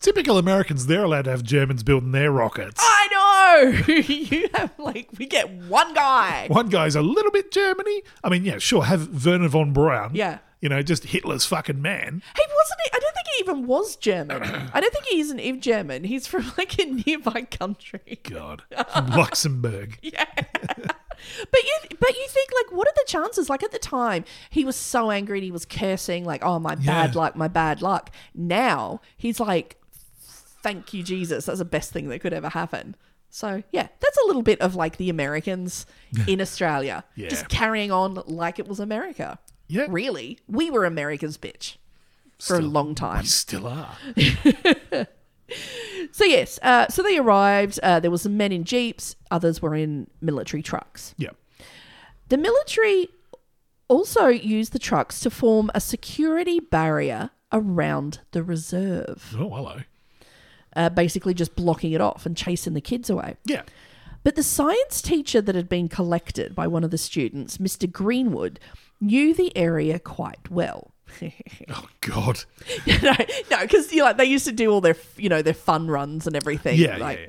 Typical Americans, they're allowed to have Germans building their rockets.
Ah! I know. you have like we get one guy.
One guy's a little bit Germany. I mean, yeah, sure, have Werner von Braun.
Yeah.
you know, just Hitler's fucking man.
He wasn't. I don't think he even was German. I don't think he isn't even German. He's from like a nearby country.
God, From Luxembourg.
Yeah. But you, but you think like, what are the chances? Like at the time, he was so angry and he was cursing, like, "Oh my bad
Yeah.
luck, my bad luck." Now he's like, "Thank you, Jesus. That's the best thing that could ever happen." So yeah, that's a little bit of like the Americans in Australia
Yeah.
just carrying on like it was America.
Yeah.
really, we were America's bitch for a
Still-
long time.
We still are.
So yes, uh, so they arrived. Uh, there were some men in jeeps. Others were in military trucks.
Yeah.
The military also used the trucks to form a security barrier around the reserve,
Oh, hello.
uh, basically just blocking it off and chasing the kids away.
Yeah.
But the science teacher that had been collected by one of the students, Mr. Greenwood, knew the area quite well.
Oh, God.
no, no, because you know, like they used to do all their, you know, their fun runs and everything.
Yeah,
like,
yeah,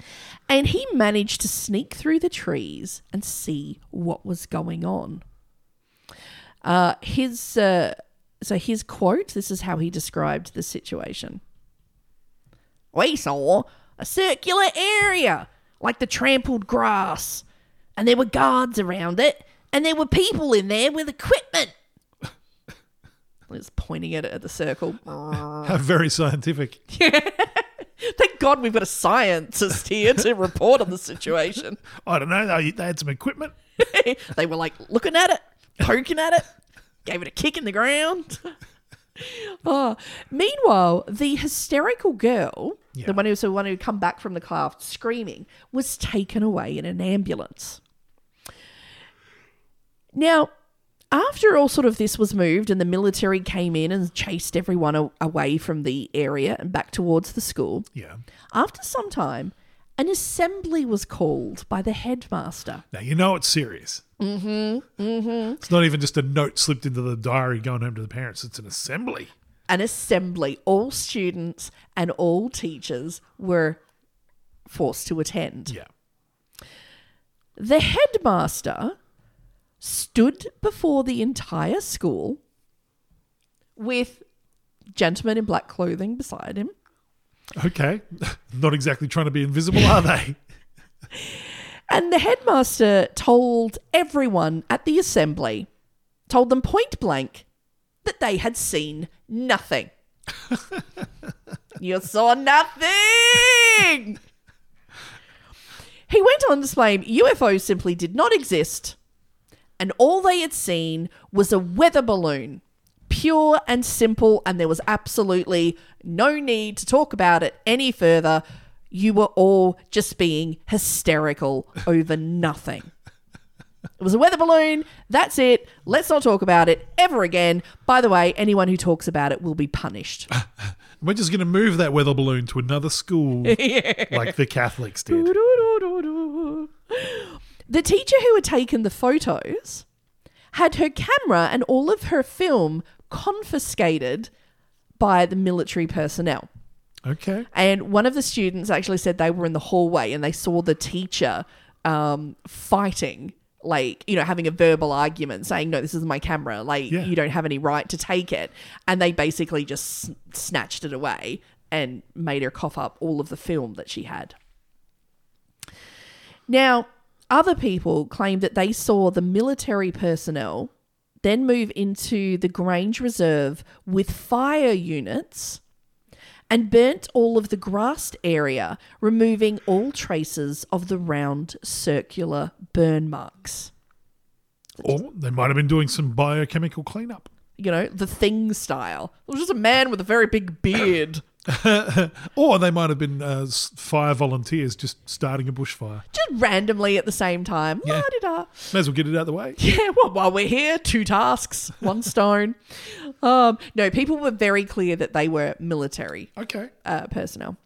yeah.
And he managed to sneak through the trees and see what was going on. Uh, his uh, so his quote. This is how he described the situation. We saw a circular area like the trampled grass, and there were guards around it, and there were people in there with equipment. Liz pointing at it at the circle.
How very scientific.
Thank God we've got a scientist here to report on the situation.
I don't know. They, they had some equipment.
they were like looking at it, poking at it, gave it a kick in the ground. oh. Meanwhile, the hysterical girl,
Yeah.
the one who was the one who come back from the car screaming, was taken away in an ambulance. Now, after all sort of this was moved and the military came in and chased everyone a- away from the area and back towards the school,
Yeah.
after some time, an assembly was called by the headmaster.
Now, you know it's serious. Mm-hmm. Mm-hmm. It's not even just a note slipped into the diary going home to the parents. It's an assembly.
an assembly. All students and all teachers were forced to attend.
Yeah.
The headmaster stood before the entire school with gentlemen in black clothing beside him.
Okay. Not exactly trying to be invisible, are they?
And the headmaster told everyone at the assembly, told them point blank, that they had seen nothing. you saw nothing! He went on to claim UFOs simply did not exist, and all they had seen was a weather balloon, pure and simple, and there was absolutely no need to talk about it any further. You were all just being hysterical over nothing. It was a weather balloon. That's it. Let's not talk about it ever again. By the way, anyone who talks about it will be punished.
We're just going to move that weather balloon to another school like the Catholics did.
The teacher who had taken the photos had her camera and all of her film confiscated by the military personnel.
Okay.
And one of the students actually said they were in the hallway and they saw the teacher um, fighting, like, you know, having a verbal argument saying, no, this is my camera. Like,
Yeah.
you don't have any right to take it. And they basically just s- snatched it away and made her cough up all of the film that she had. Now, other people claimed that they saw the military personnel then move into the Grange Reserve with fire units and burnt all of the grassed area, removing all traces of the round circular burn marks.
Or they might have been doing some biochemical cleanup.
You know, the thing style. It was just a man with a very big beard.
Or they might have been uh, s- fire volunteers just starting a bushfire.
Just randomly at the same time.
Yeah.
La-di-da.
May as well get it out of the way.
Yeah, well, while we're here, two tasks, one stone. Um, no, people were very clear that they were military
Okay.
uh, personnel.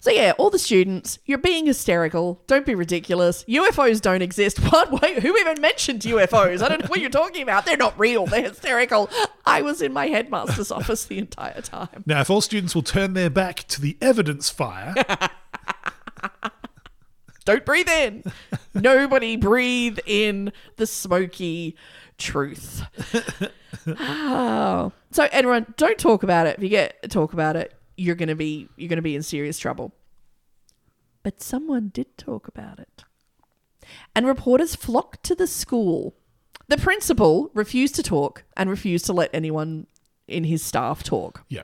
So yeah, all the students, you're being hysterical. Don't be ridiculous. UFOs don't exist. What? Wait, who even mentioned UFOs? I don't know what you're talking about. They're not real. They're hysterical. I was in my headmaster's office the entire time.
Now, if all students will turn their back to the evidence fire,
Don't breathe in. Nobody breathe in the smoky truth. oh. So everyone, don't talk about it. If you get talk about it, you're gonna be you're gonna be in serious trouble. But someone did talk about it. And reporters flocked to the school. The principal refused to talk and refused to let anyone in his staff talk.
Yeah.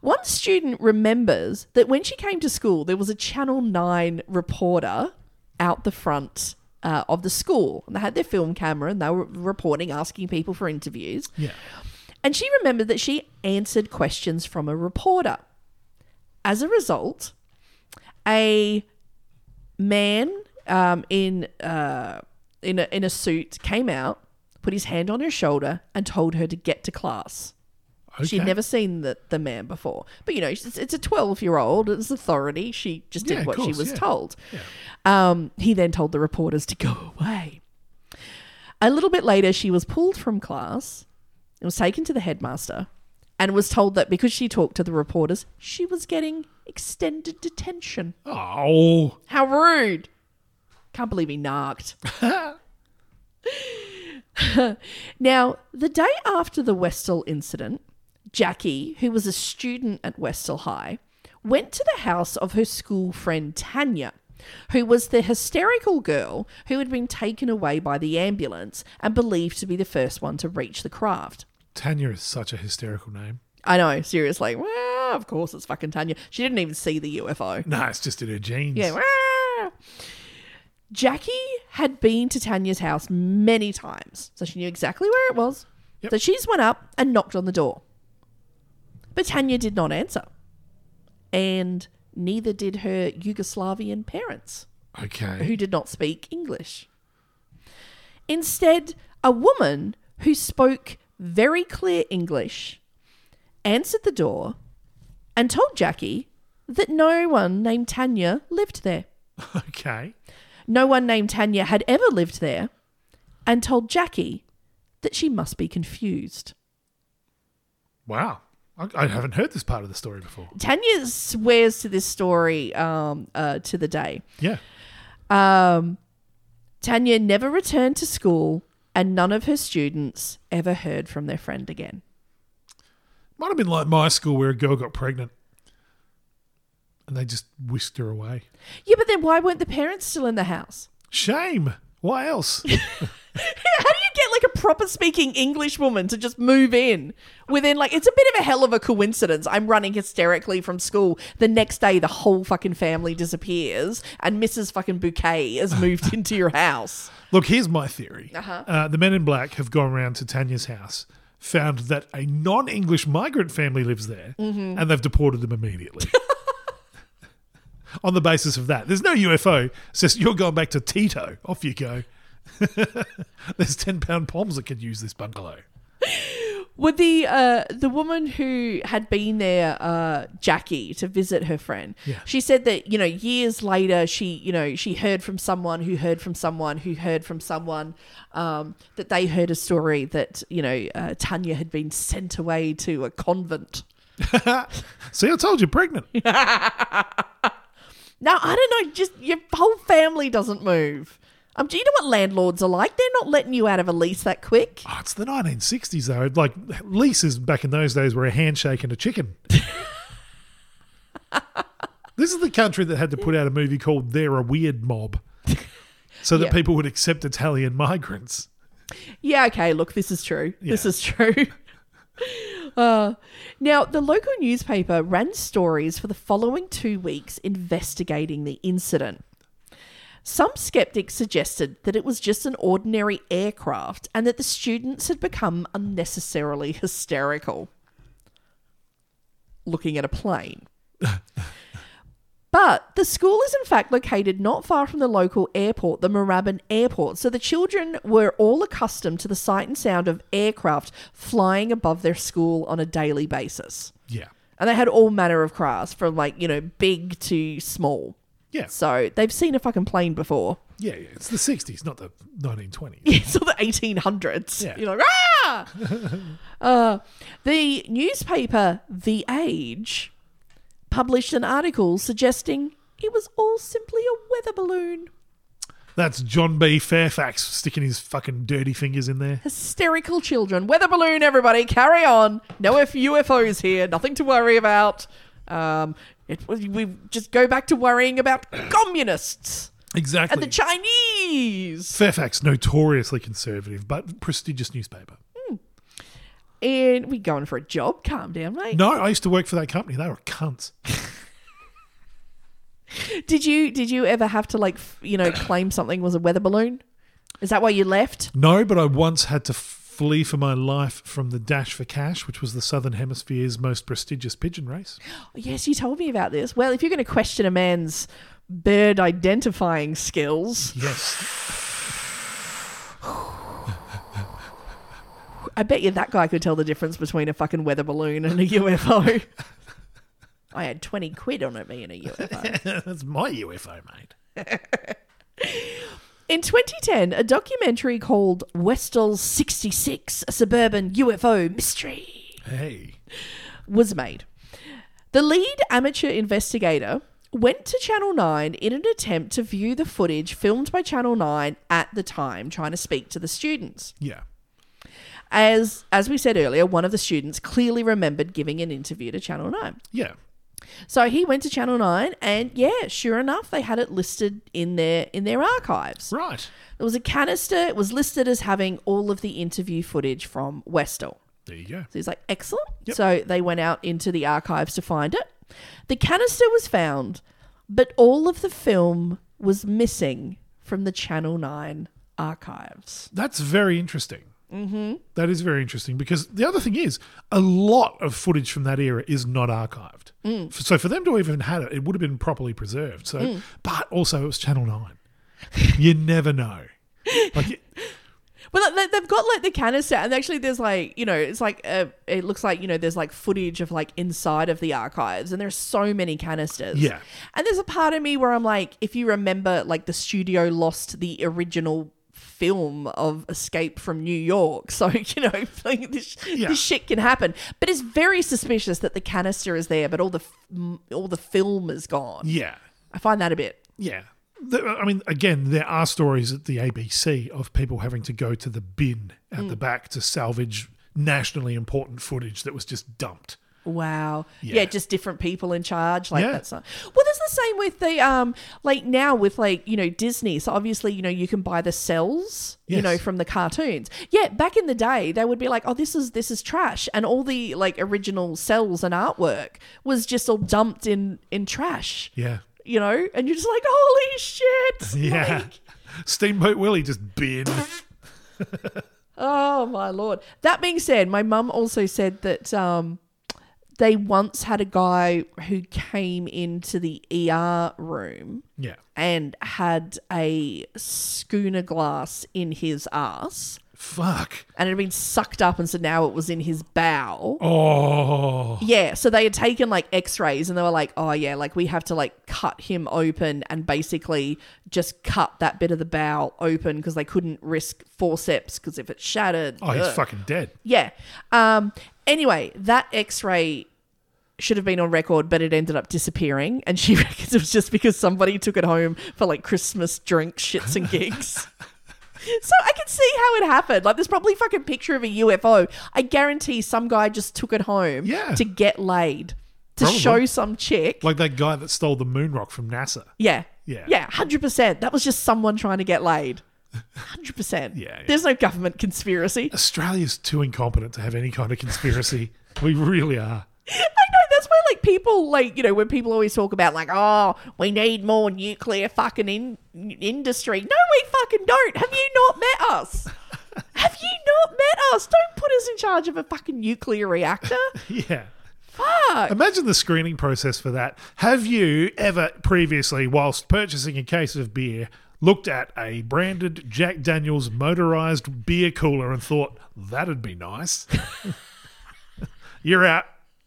One student remembers that when she came to school, there was a Channel 9 reporter out the front uh, of the school. And they had their film camera and they were reporting, asking people for interviews.
Yeah.
And she remembered that she answered questions from a reporter. As a result, a man um, in uh, in a, in a suit came out, put his hand on her shoulder, and told her to get to class.
Okay.
She'd never seen the, the man before. But, you know, it's, it's a 12 year old. It's authority. She just
Yeah,
did
of
what
course,
she was
yeah.
told. Um, he then told the reporters to go away. A little bit later, she was pulled from class and was taken to the headmaster and was told that because she talked to the reporters, she was getting extended detention.
Oh.
How rude. Can't believe he knocked. now, the day after the Westall incident, Jackie, who was a student at Westall High, went to the house of her school friend Tanya, who was the hysterical girl who had been taken away by the ambulance and believed to be the first one to reach the craft.
Tanya is such a hysterical name.
I know, seriously. Well, of course it's fucking Tanya. She didn't even see the UFO.
No, it's just in her jeans.
Yeah. "Wah!" Jackie had been to Tanya's house many times, so she knew exactly where it was.
Yep.
So she just went up and knocked on the door. But Tanya did not answer. And neither did her Yugoslavian parents,
Okay.
who did not speak English. Instead, a woman who spoke very clear English answered the door and told Jackie that no one named Tanya lived there.
Okay.
No one named Tanya had ever lived there and told Jackie that she must be confused.
Wow. I, I haven't heard this part of the story before.
Tanya swears to this story um, uh, to the day.
Yeah.
Um, Tanya never returned to school, and none of her students ever heard from their friend again.
Might have been like my school where a girl got pregnant and they just whisked her away.
Yeah, but then why weren't the parents still in the house?
Shame. Why else?
How do you get like a proper speaking English woman to just move in within like it's a bit of a hell of a coincidence. I'm running hysterically from school. The next day the whole fucking family disappears and Mrs. fucking Bouquet has moved into your house.
Look, here's my theory. Uh-huh. the men in black have gone around to Tanya's house, found that a non English migrant family lives there, and they've deported them immediately. On the basis of that, there's no UFO. It's just you're going back to Tito. Off you go. there's 10 pound poms that could use this bungalow.
Would the uh, the woman who had been there, uh, Jackie, to visit her friend?
Yeah.
She said that you know years later she you know she heard from someone who heard from someone who heard from someone um, that they heard a story that you know uh, Tanya had been sent away to a convent.
See, I told you, pregnant.
Now I don't know, just your whole family doesn't move. Um, do you know what landlords are like? They're not letting you out of a lease that quick.
Oh, it's the 1960s, though. Like, leases back in those days were a handshake and a chicken. this is the country that had to put out a movie called They're a Weird Mob so that
Yeah.
people would accept Italian migrants.
Yeah, okay, look, this is true. This
Yeah.
is true. Uh, now, the local newspaper ran stories for the following two weeks investigating the incident. Some skeptics suggested that it was just an ordinary aircraft and that the students had become unnecessarily hysterical looking at a plane. But the school is in fact located not far from the local airport, the Moorabbin Airport, so the children were all accustomed to the sight and sound of aircraft flying above their school on a daily basis.
Yeah.
And they had all manner of crafts from like, you know, big to small.
Yeah.
So they've seen a fucking plane before.
Yeah. yeah. It's the 60s, not the 1920s.
It's all the 1800s.
Yeah.
You're like, ah! uh, the newspaper The Age published an article suggesting it was all simply a weather balloon.
That's John B. Fairfax sticking his fucking dirty fingers in there.
Hysterical children. Weather balloon, everybody. Carry on. No F- UFOs here. Nothing to worry about. Um, it, we- we just go back to worrying about communists and
Exactly.
the Chinese.
Fairfax, notoriously conservative, but prestigious newspaper.
And we going for a job. Calm down, mate.
No, I used to work for that company. They were cunts.
Did you did you ever have to like f- you know claim something was a weather balloon? Is that why you left?
No, but I once had to flee for my life from the Dash for Cash, which was the Southern Hemisphere's most prestigious pigeon race.
Oh, Yes, you told me about this. Well, if you're going to question a man's bird identifying skills,
Yes.
I bet you that guy could tell the difference between a fucking weather balloon and a UFO. I had 20 quid on it being a UFO.
That's my UFO, mate.
In 2010, a documentary called Westall 66, a suburban UFO mystery
Hey.
was made. The lead amateur investigator went to Channel 9 in an attempt to view the footage filmed by Channel 9 at the time, trying to speak to the students.
Yeah.
As, as we said earlier, one of the students clearly remembered giving an interview to Channel 9.
Yeah.
So he went to Channel 9 and yeah, sure enough, they had it listed in their in their archives.
Right.
There was a canister, it was listed as having all of the interview footage from Westall.
There you go.
So he's like, excellent. So they went out into the archives to find it. The canister was found, but all of the film was missing from the Channel 9 archives.
That's very interesting. Mm-hmm. is very interesting because the other thing is a lot of footage from that era is not archived. F- So for them to have even had it, it would have been properly preserved. So, but also it was Channel Nine. you never know. Like,
Well, they- they've got like the canister, and actually, there's like, you know, it's like, uh, it looks like, you know, there's like footage of like inside of the archives, and there's so many canisters.
Yeah.
And there's a part of me where I'm like, if you remember, like, the studio lost the original film of Escape from New York. So, you know, like this,
Yeah.
this shit can happen. But it's very suspicious that the canister is there, but all the, f- all the film is gone.
yeah,
I find that a bit.
Yeah. The- I mean, again, there are stories at the ABC of people having to go to the bin at the back to salvage nationally important footage that was just dumped.
Wow. Yeah.
Yeah.
just different people in charge. Like
Yeah.
that's not well, that's the same with the um like now with like, you know, Disney. So obviously, you know, you can buy the cells, you
Yes.
know, from the cartoons. Yeah, back in the day they would be like, Oh, this is this is trash and all the like original cells and artwork was just all dumped in in trash.
Yeah.
You know? And you're just like, Holy shit.
Yeah.
Like,
Steamboat Willie just bin.
Oh my lord. That being said, my mum also said that um, they once had a guy who came into the ER room
Yeah.
and had a schooner glass in his ass
Fuck.
and it had been sucked up and so now it was in his bowel.
Oh.
Yeah, so they had taken like x-rays and they were like, "Oh yeah, like we have to like cut him open and basically just cut that bit of the bowel open because they couldn't risk forceps because if it shattered,
Oh, he's
ugh."
fucking dead.
Yeah. Um, anyway, that x ray should have been on record, but it ended up disappearing. And she reckons it was just because somebody took it home for like Christmas drinks, shits, and gigs. So I can see how it happened. Like, there's probably a fucking picture of a UFO. I guarantee some guy just took it home
Yeah.
to get laid, to
Probably.
show some chick.
Like that guy that stole the moon rock from NASA.
yeah,
Yeah.
yeah, hundred percent. That was just someone trying to get laid. Hundred percent.
Yeah, yeah.
There's no government conspiracy.
Australia's too incompetent to have any kind of conspiracy. we really are.
I know that's why, like people, like you know, when people always talk about like, oh, we need more nuclear fucking in- industry. No, we fucking don't. Have you not met us? Have you not met us? Don't put us in charge of a fucking nuclear reactor.
Yeah.
Fuck.
Imagine the screening process for that. Have you ever previously, whilst purchasing a case of beer, looked at a branded Jack Daniels motorized beer cooler and thought, that'd be nice? You're out.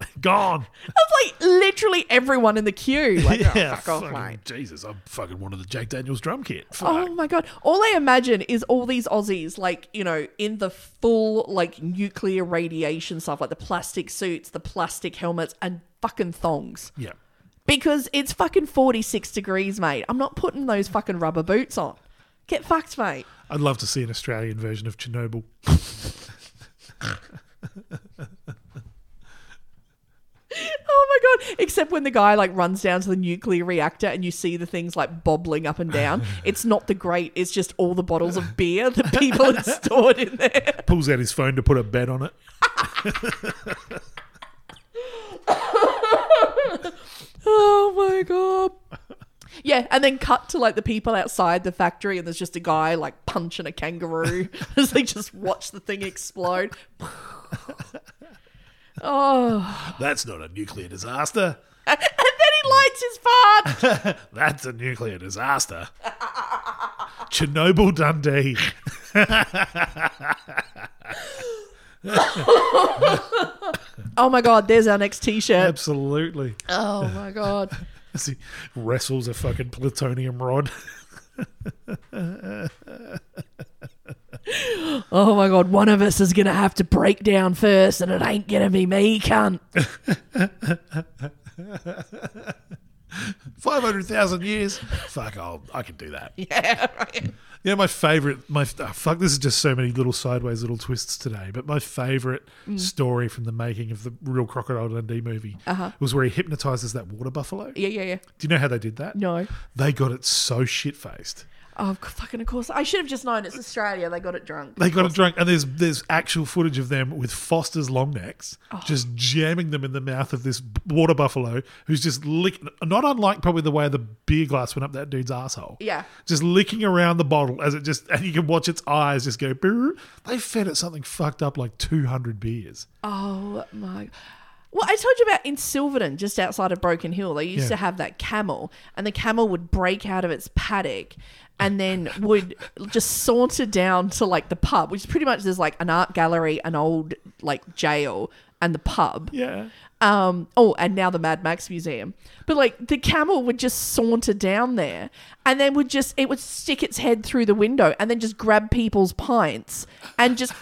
Gone.
That's like literally everyone in the queue. Like,
yeah.
oh, fuck off,
fucking-
mate.
Jesus, I fucking wanted the Jack Daniels drum kit.
Oh
Fuck.
my god! All I imagine is all these Aussies, like you know, in the full like nuclear radiation stuff, like the plastic suits, the plastic helmets, and fucking thongs.
Yeah.
Because it's fucking 46 degrees, mate. I'm not putting those fucking rubber boots on. Get fucked, mate.
I'd love to see an Australian version of Chernobyl.
Oh my god! Except when the guy like runs down to the nuclear reactor and you see the things like bobbling up and down. It's not the grate. It's just all the bottles of beer that people had stored in there.
Pulls out his phone to put a bet on it.
Oh my god! Yeah, and then cut to like the people outside the factory, and there's just a guy like punching a kangaroo as they just watch the thing explode. oh,
That's not a nuclear disaster.
and then he lights his fart.
That's a nuclear disaster. Chernobyl Dundee.
Oh my god! There's our next T-shirt.
Absolutely.
Oh my god!
As he wrestles a fucking plutonium rod.
Oh my god, one of us is gonna have to break down first, and it ain't gonna be me, cunt.
500,000 years. Fuck, I'll, I can do that. Yeah, right. You know, my favorite, my oh, fuck, this is just so many little sideways little twists today, but my favorite story from the making of the real Crocodile Dundee movie was where he hypnotizes that water buffalo.
Yeah, yeah, yeah.
Do you know how they did that?
No.
They got it so shit faced.
Oh, c- fucking, of course. I should have just known it's Australia. They got it drunk.
They got it drunk, and there's there's actual footage of them with Foster's long necks
Oh.
just jamming them in the mouth of this b- water buffalo, who's just licking. Not unlike probably the way the beer glass went up that dude's asshole.
Yeah.
just licking around the bottle as it just, and you can watch its eyes just go. "Brrr." They fed it something fucked up like 200 beers.
Oh my. Well, I told you about in Silverton, just outside of Broken Hill, they used
Yeah.
to have that camel, and the camel would break out of its paddock and then would just saunter down to like the pub, which is pretty much there's like an art gallery, an old like jail, and the pub.
Yeah,
Um, oh, and now the Mad Max Museum. But like the camel would just saunter down there and then would just, it would stick its head through the window and then just grab people's pints and just,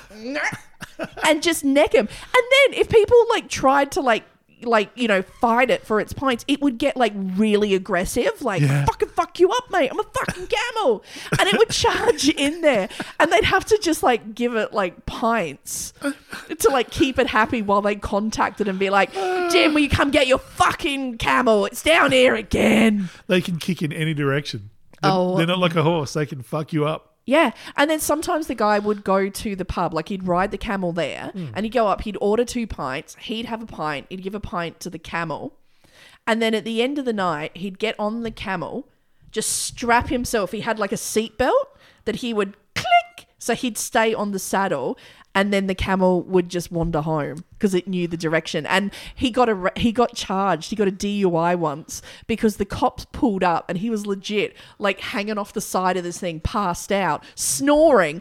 and just neck them. And then if people like tried to like, like you know, fight it for its pints. It would get like really aggressive, like
Yeah.
fucking fuck you up, mate. I'm a fucking camel, and it would charge in there, and they'd have to just like give it like pints to like keep it happy while they contacted and be like, Jim, will you come get your fucking camel? It's down here again.
they can kick in any direction. They're,
Oh.
they're not like a horse; they can fuck you up.
Yeah. And then sometimes the guy would go to the pub, like he'd ride the camel there and he'd go up, he'd order two pints, he'd have a pint, he'd give a pint to the camel. And then at the end of the night, he'd get on the camel, just strap himself. He had like a seatbelt that he would click. So he'd stay on the saddle and then the camel would just wander home because it knew the direction. And he got a he got charged. He got a DUI once because the cops pulled up and he was legit like hanging off the side of this thing, passed out, snoring.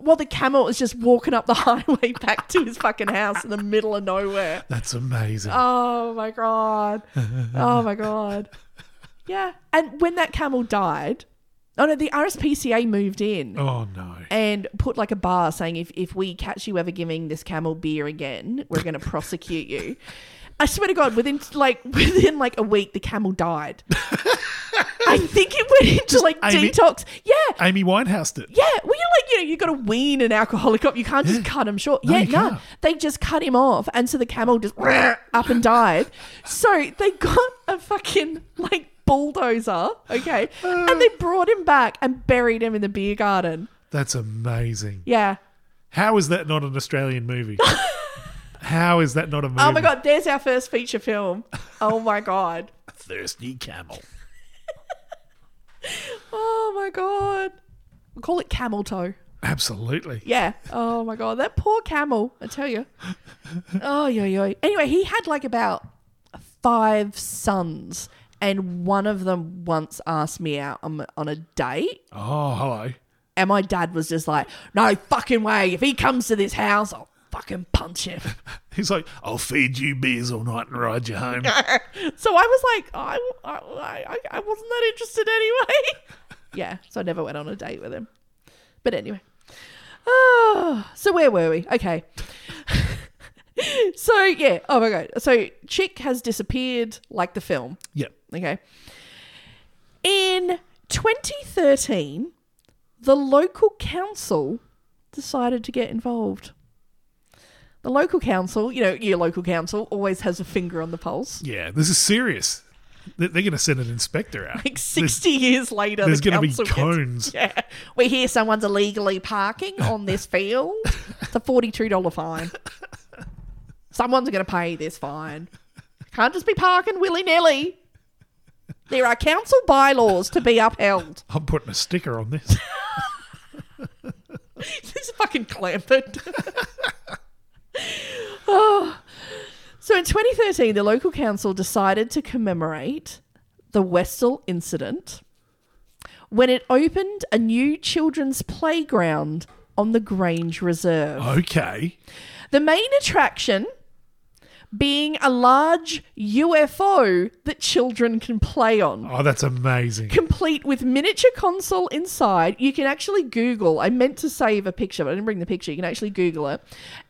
While the camel was just walking up the highway back to his fucking house in the middle of nowhere.
That's amazing.
Oh my god. Oh my god. Yeah. And when that camel died, oh no, the RSPCA moved in
oh no.
and put like a bar saying if, if we catch you ever giving this camel beer again, we're gonna prosecute you. I swear to God, within like within like a week, the camel died. I think it went into like
Amy-
detox. Yeah,
Amy Winehouse did.
yeah, well, you're like, you know, you got to wean an alcoholic up. You can't just cut him short. yeah,
you
no.
can't.
They just cut him off. And so the camel just up and died. So they got a fucking, like, bulldozer, okay? And they brought him back and buried him in the beer garden.
That's amazing.
Yeah.
How is that not an Australian movie? How is that not a movie?
Oh my God, there's our first feature film. Oh my God.
Thirsty camel.
Oh my God. We call it camel toe.
Absolutely.
Yeah. Oh my god, that poor camel. I tell you. Oh yo yo. Anyway, he had like about five sons, and one of them once asked me out on, on a date,
Oh, hello.
and my dad was just like, "No fucking way! If he comes to this house, I'll fucking punch him."
He's like, I'll feed you beers all night and ride you home.
so I was like, I, I, I, I wasn't that interested anyway. yeah, so I never went on a date with him. But anyway. Ah, so where were we? Okay. so yeah, oh my god. So Chick has disappeared like the film.
yep.
Okay. In 2013, the local council decided to get involved. The local council, you know, your local council always has a finger on the pulse.
Yeah, this is serious. They- They're going to send an inspector out.
Like 60 years later,
There's
the
going to be
council gets-
cones.
yeah, we hear someone's illegally parking on this field. It's a $42 fine. Someone's going to pay this fine. Can't just be parking willy nilly. There are council bylaws to be upheld.
I'm putting a sticker on this.
This is fucking clampett. oh. So in 2013, the local council decided to commemorate the Westall incident when it opened a new children's playground on the Grange Reserve.
Okay.
The main attraction being a large UFO that children can play on
Oh, that's amazing.
complete with miniature console inside. You can actually Google. I meant to save a picture, but I didn't bring the picture. You can actually Google it.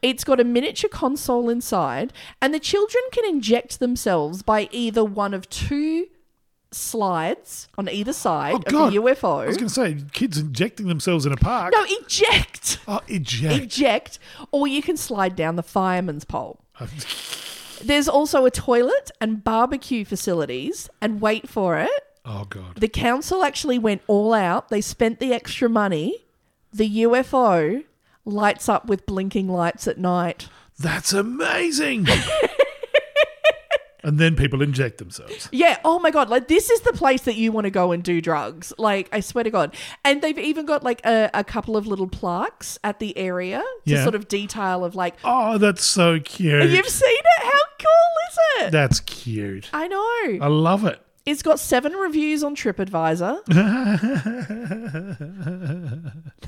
It's got a miniature console inside, and the children can inject themselves by either one of two slides on either side
Oh,
of
God.
the
I was
UFO.
going to say, kids injecting themselves in a park.
No, eject,
Oh, eject.
eject, or you can slide down the fireman's pole. There's also a toilet and barbecue facilities, and wait for it.
Oh, God.
The council actually went all out. They spent the extra money. The UFO lights up with blinking lights at night.
That's amazing. and then people inject themselves.
Yeah, oh my god, like this is the place that you want to go and do drugs. Like I swear to god. And they've even got like a, a couple of little plaques at the area to
Yeah.
sort of detail of like
Oh, that's so cute.
You've seen it? How cool is it?
That's cute.
I know.
I love it.
It's got seven reviews on TripAdvisor.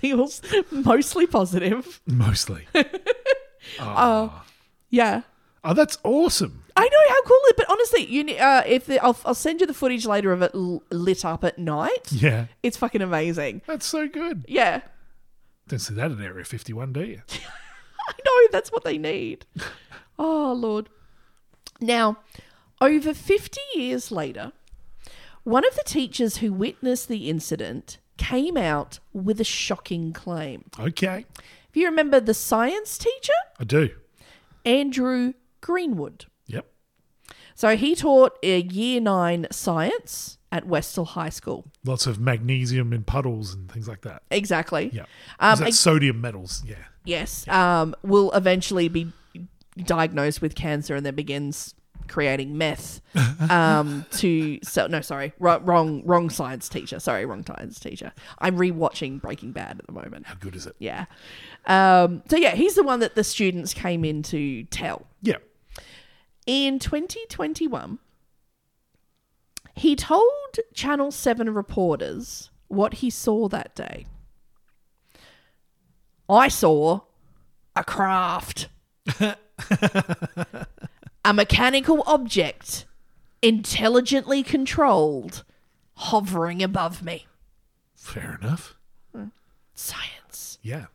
They all s- mostly positive.
Mostly.
Yeah.
Oh, that's awesome.
I know how cool it. But honestly, you ne- uh, if the, I'll, I'll send you the footage later of it l- lit up at night.
Yeah.
It's fucking amazing.
That's so good.
Yeah,
Don't see that in Area 51, do you?
I know that's what they need. oh lord. Now, over fifty years later, one of the teachers who witnessed the incident came out with a shocking claim.
Okay.
If you remember the science teacher,
I do.
Andrew Greenwood.
Yep.
So he taught a year nine science at Westall High School.
Lots of magnesium in puddles and things like that.
Exactly.
Yeah.
Um,
Is that
I-
sodium metals? Yeah.
yes, um, will eventually be diagnosed with cancer and then begins creating meth um, to so no sorry ro- wrong wrong science teacher sorry wrong science teacher i'm rewatching breaking bad at the moment
How good is it?
yeah um, so yeah he's the one that the students came in to tell
Yeah.
in 2021, he told Channel 7 reporters what he saw that day. I saw a craft, a mechanical object intelligently controlled hovering above me.
Fair enough.
Science.
Yeah.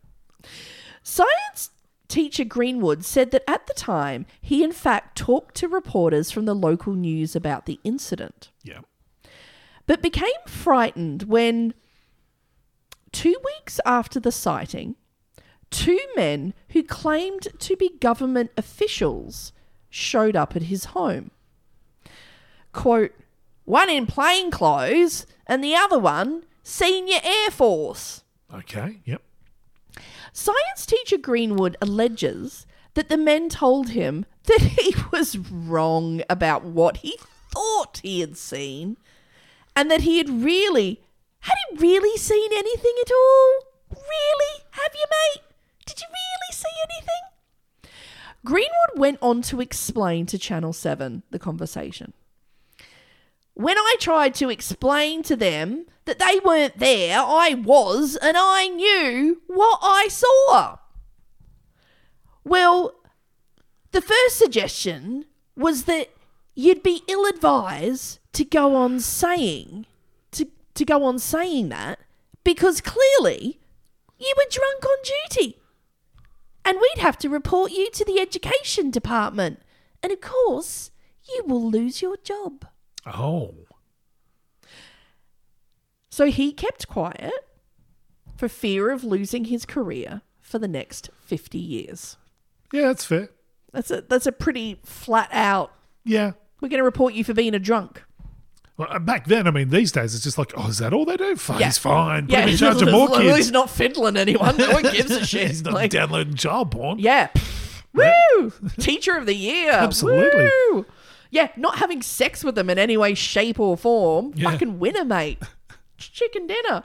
Science teacher Greenwood said that at the time, he in fact talked to reporters from the local news about the incident,
Yeah.
but became frightened when, two weeks after the sighting, two men who claimed to be government officials showed up at his home. Quote, one in plain clothes and the other one senior Air Force.
Okay. Yep.
Science teacher Greenwood alleges that the men told him that he was wrong about what he thought he had seen and that he had really had he really seen anything at all? Really? Have you, mate? Did you really see anything? Greenwood went on to explain to Channel 7 the conversation. When I tried to explain to them that they weren't there, I was, and I knew what I saw. Well, the first suggestion was that you'd be ill advised to go on saying to, to go on saying that because clearly you were drunk on duty. And we'd have to report you to the education department. And of course, you will lose your job.
Oh.
So he kept quiet for fear of losing his career for the next 50 years.
Yeah, that's fair.
That's a that's a pretty flat out.
Yeah.
We're going to report you for being a drunk.
Well, uh, back then, I mean, these days it's just like, oh, is that all they do? Fuck,
Yeah.
he's fine. Put him in
he's-
charge of
he's-
more
he's-
kids.
He's not fiddling anyone. No one gives a shit.
He's not
Like,
downloading child porn.
Yeah. Woo! Teacher of the year.
Absolutely.
Woo! Yeah, not having sex with them in any way, shape, or form.
Yeah.
Fucking winner, mate. Chicken dinner.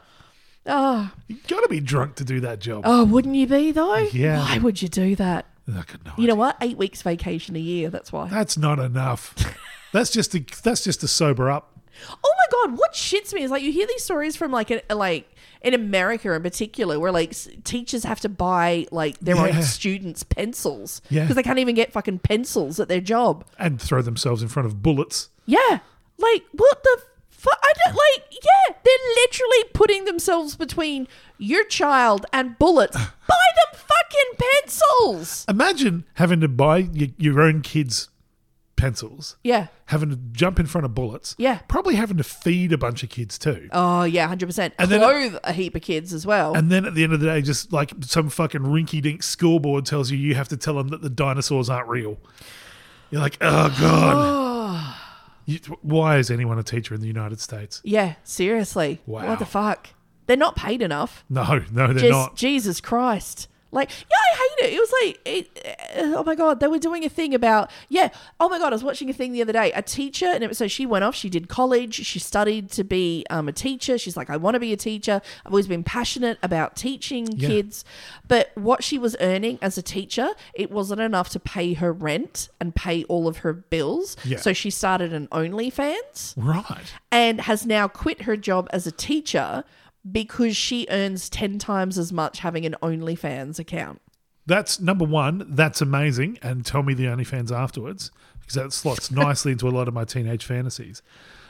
Oh,
You gotta be drunk to do that job.
oh, wouldn't you be though?
Yeah.
Why would you do that?
I could not.
You know what? Eight weeks vacation a year. That's why.
That's not enough. that's just to, that's just to sober up.
Oh my god, what shits me is like you hear these stories from like a, like in America in particular, where like s- teachers have to buy like their
Yeah.
own students pencils
Yeah.
because they can't even get fucking pencils at their job.
and throw themselves in front of bullets.
Yeah, like what the fuck? I don't like. Yeah, they're literally putting themselves between your child and bullets. buy them fucking pencils.
Imagine having to buy y- your own kids pencils,
Yeah.
having to jump in front of bullets.
Yeah.
Probably having to feed a bunch of kids too.
Oh yeah, hundred percent.
And then-
Clothe a heap of kids as well.
And then at the end of the day, just like some fucking rinky dink school board tells you, you have to tell them that the dinosaurs aren't real. You're like, oh God. you, why is anyone a teacher in the United States?
yeah, seriously.
Wow.
What the fuck? They're not paid enough.
No, no,
just
they're not.
Jesus Christ. Like, yeah, I hate it. It was like, it, uh, oh my God, they were doing a thing about, yeah, oh my God, I was watching a thing the other day. A teacher, and it was, so she went off, she did college, she studied to be um, a teacher. She's like, I want to be a teacher. I've always been passionate about teaching
Yeah.
kids. But what she was earning as a teacher, it wasn't enough to pay her rent and pay all of her bills.
Yeah.
So she started an OnlyFans
right.
and has now quit her job as a teacher because she earns 10 times as much having an OnlyFans account.
That's number one. That's amazing. And tell me the OnlyFans afterwards because that slots nicely into a lot of my teenage fantasies.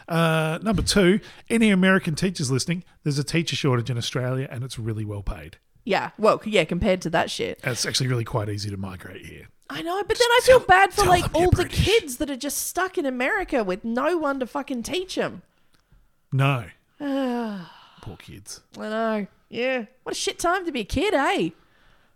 Uh, number two, any American teachers listening, there's a teacher shortage in Australia and it's really well paid.
Yeah, well, yeah, compared to that shit.
And It's actually really quite easy to migrate here.
I know, but then I feel bad for
tell
like
them you're
all the
British.
kids that are just stuck in America with no one to fucking teach them.
No. Poor kids.
I know. Yeah. What a shit time to be a kid, eh?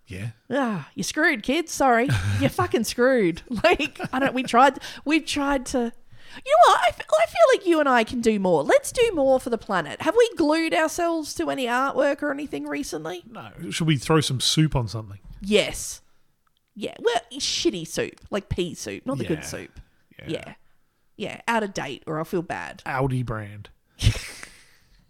Yeah.
Ah, you're screwed, kids. Sorry, you're fucking screwed. Like I don't. We tried. We've tried to. You know what? I feel, I feel like you and I can do more. Let's do more for the planet. Have we glued ourselves to any artwork or anything recently?
No. Should we throw some soup on something?
Yes. Yeah. Well, shitty soup, like pea soup, not the
Yeah.
good soup. Yeah. yeah. Out of date, or I'll feel bad.
Audi brand.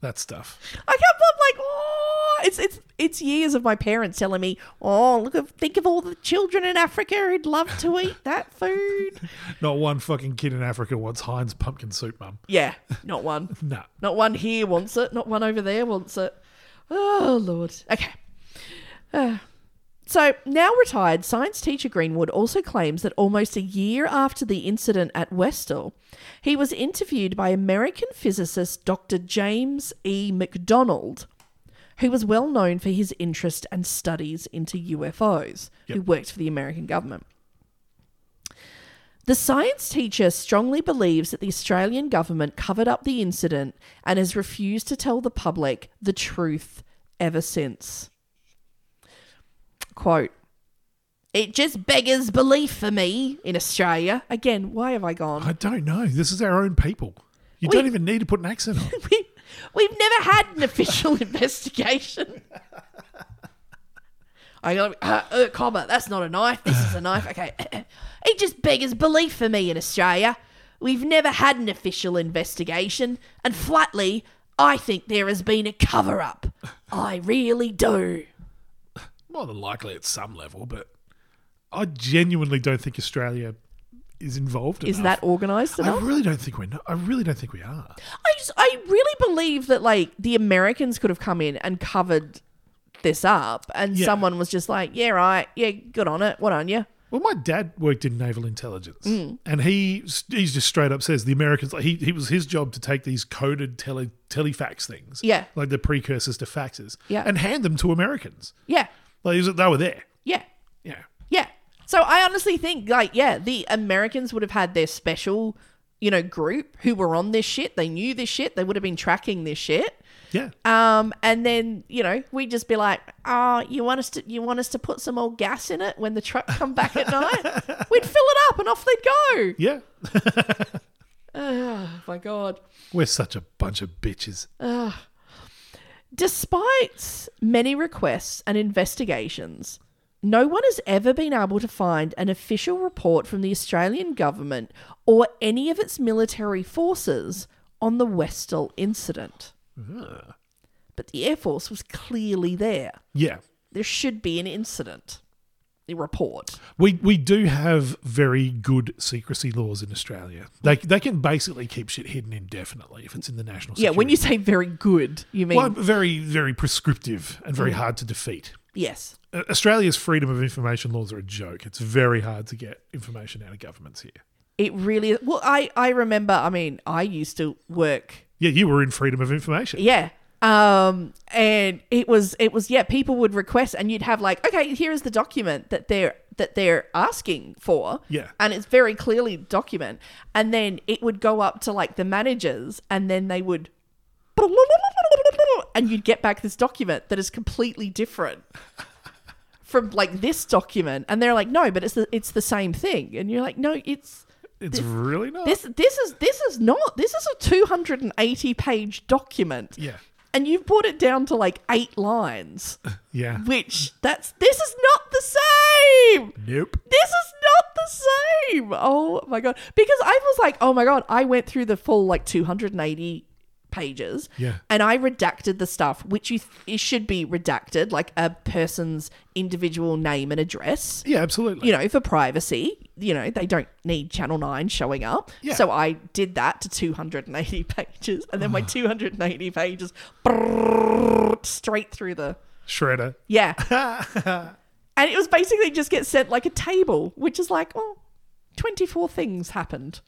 that stuff.
I can't. I'm like, oh, it's it's it's years of my parents telling me, oh, look, at- think of all the children in Africa who'd love to eat that food.
Not one fucking kid in Africa wants Heinz pumpkin soup, mum.
Yeah, not one.
No.
Not one here wants it. Not one over there wants it. Oh, Lord. Okay. Ah. so, now retired science teacher Greenwood also claims that almost a year after the incident at Westall, he was interviewed by American physicist Dr. James E. McDonald, who was well known for his interest and studies into UFOs, who
Yep.
worked for the American government. The science teacher strongly believes that the Australian government covered up the incident and has refused to tell the public the truth ever since. Quote It just beggars belief for me in Australia. Again, why have I gone?
I don't know. This is our own people. You
We-
don't even need to put an accent on.
we, we've never had an official investigation. I got uh, uh, comma. That's not a knife. This is a knife. Okay, it just beggars belief for me in Australia. We've never had an official investigation, and flatly, I think there has been a cover up. I really do.
More than likely at some level, but I genuinely don't think Australia is involved.
Is
enough.
that organised
I
enough?
really don't think we're. Not, I really don't think we are.
I just, I really believe that like the Americans could have come in and covered this up, and
Yeah.
someone was just like, "Yeah, right, yeah, good on it, what on you?"
Well, my dad worked in naval intelligence,
Mm.
and he he's just straight up says the Americans. Like he he was his job to take these coded tele telefax things,
Yeah.
like the precursors to faxes,
Yeah.
and hand them to Americans.
Yeah,
Like he was- they were there,
yeah,
yeah.
yeah. So I honestly think like yeah, the Americans would have had their special, you know, group who were on this shit. They knew this shit. They would have been tracking this shit.
Yeah.
Um, and then you know we'd just be like, "Oh, you want us to you want us to put some old gas in it when the truck come back at night? We'd fill it up and off they'd go."
Yeah.
Oh my god!
We're such a bunch of bitches.
Despite many requests and investigations, no one has ever been able to find an official report from the Australian government or any of its military forces on the Westall incident. But the Air Force was clearly there.
Yeah.
There should be an incident. The report.
We we do have very good secrecy laws in Australia. They they can basically keep shit hidden indefinitely if it's in the national.
Yeah, when you
security.
say very good, you mean Mm.
well, very very prescriptive and very hard to defeat.
yes.
Uh, Australia's freedom of information laws are a joke. It's very hard to get information out of governments here.
It really well. I I remember. I mean, I used to work
Yeah, you were in freedom of information.
Yeah. Um, and it was it was yeah, people would request and you'd have like, okay, here is the document that they're that they're asking for.
Yeah.
And it's very clearly document. And then it would go up to like the managers and then they would and you'd get back this document that is completely different from like this document and they're like no but it's the, it's the same thing and you're like no it's
it's really not.
this this is this is not this is a 280 page document
yeah,
and you've brought it down to like eight lines
yeah.
which that's this is not the same
nope.
this is not the same oh my god because i was like oh my god i went through the full like 280 pages
Yeah.
and i redacted the stuff which you th- it should be redacted like a person's individual name and address
Yeah, absolutely.
you know, for privacy, you know, they don't need Channel 9 showing up.
Yeah.
So I did that to 280 pages. And then my 280 pages brrrr, straight through the.
Shredder.
Yeah. and it was basically just get sent like a table, which is like, oh, 24 things happened.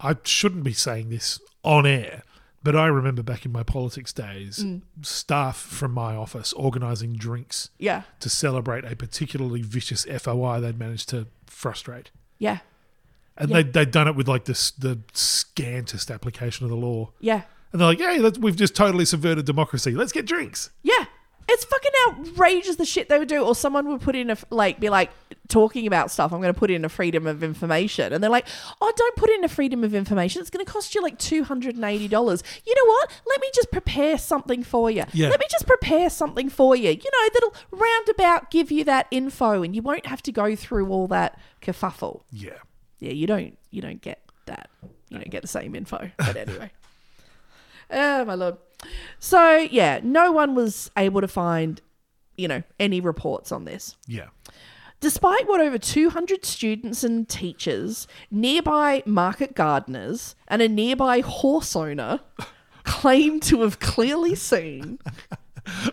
I shouldn't be saying this on air, but I remember back in my politics days,
Mm.
staff from my office organising drinks
Yeah.
to celebrate a particularly vicious FOI they'd managed to frustrate.
Yeah.
And
Yeah.
they'd, they'd done it with like this, the scantest application of the law.
Yeah.
And they're like, hey, let's, we've just totally subverted democracy. Let's get drinks.
Yeah. It's fucking outrageous the shit they would do. Or someone would put in a, like, be like, talking about stuff, I'm going to put in a freedom of information. And they're like, oh, don't put in a freedom of information. It's going to cost you like $280. You know what? Let me just prepare something for you.
Yeah.
Let me just prepare something for you. You know, that'll roundabout give you that info and you won't have to go through all that kerfuffle.
Yeah.
Yeah, you don't, you don't get that. You don't get the same info. But anyway. Oh my lord. So yeah, no one was able to find, you know, any reports on this.
Yeah.
Despite what over 200 students and teachers, nearby market gardeners, and a nearby horse owner claim to have clearly seen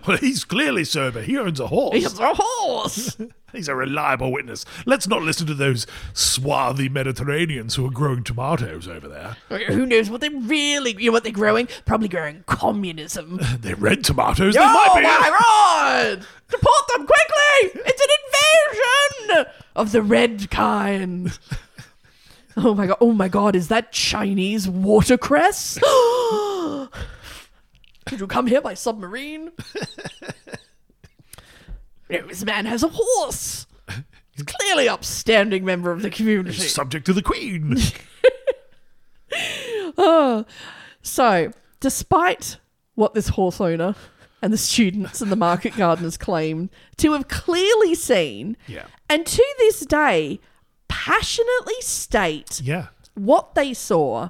Well, he's clearly sober. He owns a horse.
it's a horse.
He's a reliable witness. Let's not listen to those swarthy Mediterraneans who are growing tomatoes over there.
Who knows what they're really, you know, what they're growing? Probably growing communism.
They're red tomatoes. They
oh
might be.
my god! Deport them quickly! It's an invasion of the red kind. oh my god! Oh my god! Is that Chinese watercress? Did you come here by submarine? No, this man has a horse. He's clearly upstanding member of the community.
Subject to the Queen.
So, despite what this horse owner and the students and the market gardeners claim to have clearly seen,
Yeah.
and to this day passionately state
yeah.
what they saw,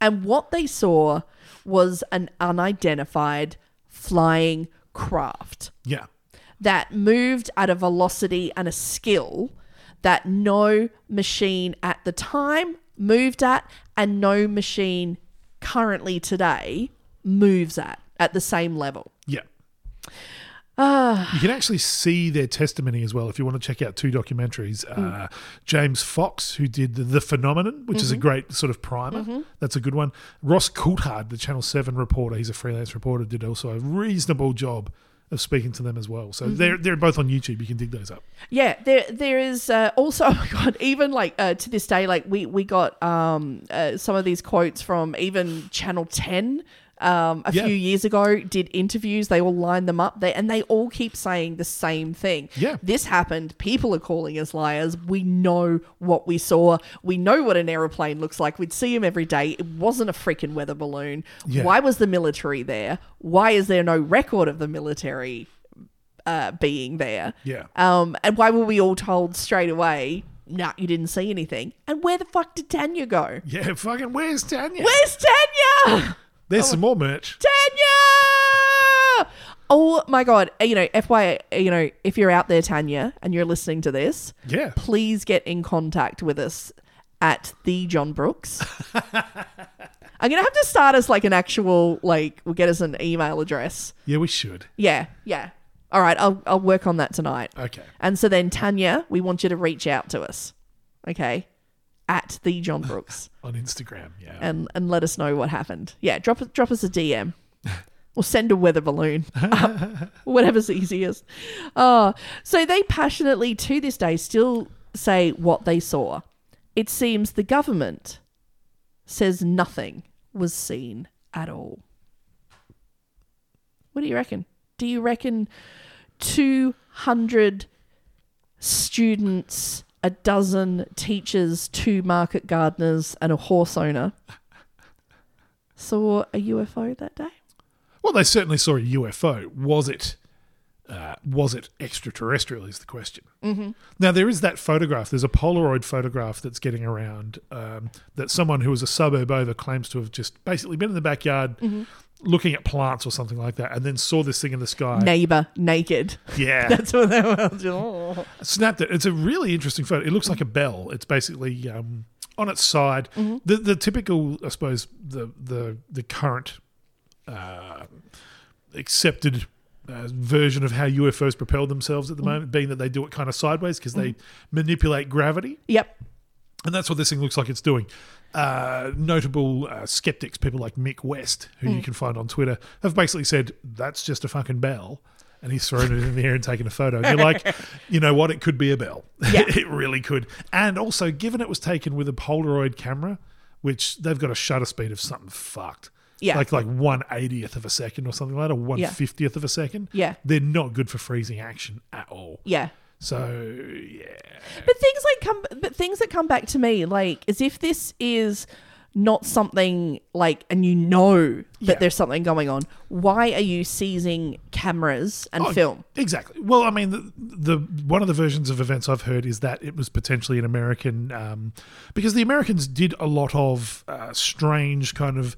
and what they saw was an unidentified flying craft
Yeah.
that moved at a velocity and a skill that no machine at the time moved at and no machine currently today moves at at the same level.
Yeah. you can actually see their testimony as well if you want to check out two documentaries. Uh, James Fox, who did The, the Phenomenon, which is a great sort of primer. That's a good one. Ross Coulthard, the Channel 7 reporter, he's a freelance reporter, did also a reasonable job of speaking to them as well. So they're, they're both on YouTube. You can dig those up.
Yeah, there there is uh, also oh my god, even like uh, to this day, like we we got um uh, some of these quotes from even Channel Ten. um, a
Yeah.
few years ago did interviews. They all lined them up there, and they all keep saying the same thing.
Yeah.
this happened. People are calling us liars. We know what we saw. We know what an aeroplane looks like. We'd see them every day. It wasn't a freaking weather balloon.
Yeah.
Why was the military there? Why is there no record of the military uh, being there?
Yeah.
Um, and why were we all told straight away? Nah, you didn't see anything. And where the fuck did Tanya go?
Yeah, fucking where's Tanya?
Where's Tanya?
There's some more merch.
Tanya! Oh my god! You know, FYI, you know, if you're out there, Tanya, and you're listening to this,
Yeah.
please get in contact with us at the John Brooks. I'm gonna have to start us like an actual like we'll get us an email address.
Yeah, we should.
Yeah, yeah. All right, I'll I'll work on that tonight.
Okay.
And so then Tanya, we want you to reach out to us, okay, at the John Brooks
On Instagram. Yeah.
and and let us know what happened. Yeah, drop drop us a DM or send a weather balloon, whatever's easiest. Uh, so they passionately to this day still say what they saw. It seems the government says nothing was seen at all. What do you reckon? Do you reckon 200 students, a dozen teachers, two market gardeners, and a horse owner saw a UFO that day?
well, they certainly saw a UFO. Was it? Uh, was it extraterrestrial? Is the question. Mm-hmm. Now there is that photograph. There's a Polaroid photograph that's getting around um, that someone who was a suburb over claims to have just basically been in the backyard looking at plants or something like that, and then saw this thing in the sky.
Neighbor naked.
Yeah,
That's what they were. Oh.
snapped it. It's a really interesting photo. It looks like a bell. It's basically um, on its side.
Mm-hmm.
The the typical, I suppose, the the the current uh, accepted. Uh, version of how UFOs propel themselves at
Mm-hmm.
the moment, being that they do it kind of sideways because they manipulate gravity,
Yep.
and that's what this thing looks like it's doing. Uh, notable uh, skeptics, people like Mick West, who
Hmm.
you can find on Twitter, have basically said that's just a fucking bell, and he's thrown it in the air and taken a photo. And you're like, you know what? It could be a bell.
Yeah.
it really could. And also, given it was taken with a Polaroid camera, which they've got a shutter speed of something fucked.
Yeah.
Like like one eightieth of a second or something like that, or one fiftieth of a second.
Yeah.
They're not good for freezing action at all.
Yeah.
So yeah.
But things like come, but things that come back to me, like as if this is not something like, and you know that
Yeah.
there's something going on. Why are you seizing cameras and
Oh,
film?
Exactly. Well, I mean, the, the one of the versions of events I've heard is that it was potentially an American, um, because the Americans did a lot of uh, strange kind of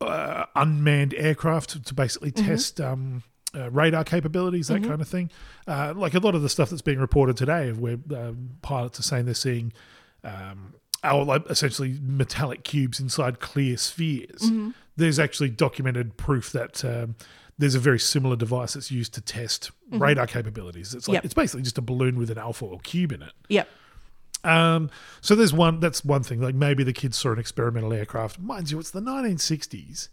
uh, unmanned aircraft to, to basically
Mm-hmm.
test. Um, uh, radar capabilities, that kind of thing. Uh, like a lot of the stuff that's being reported today, of where um, pilots are saying they're seeing um, our like essentially metallic cubes inside clear spheres. There's actually documented proof that um, there's a very similar device that's used to test radar capabilities. It's like
Yep.
it's basically just a balloon with an alpha or cube in it.
Yep.
Um, so there's one that's one thing. Like maybe the kids saw an experimental aircraft. Mind you, it's the 1960s.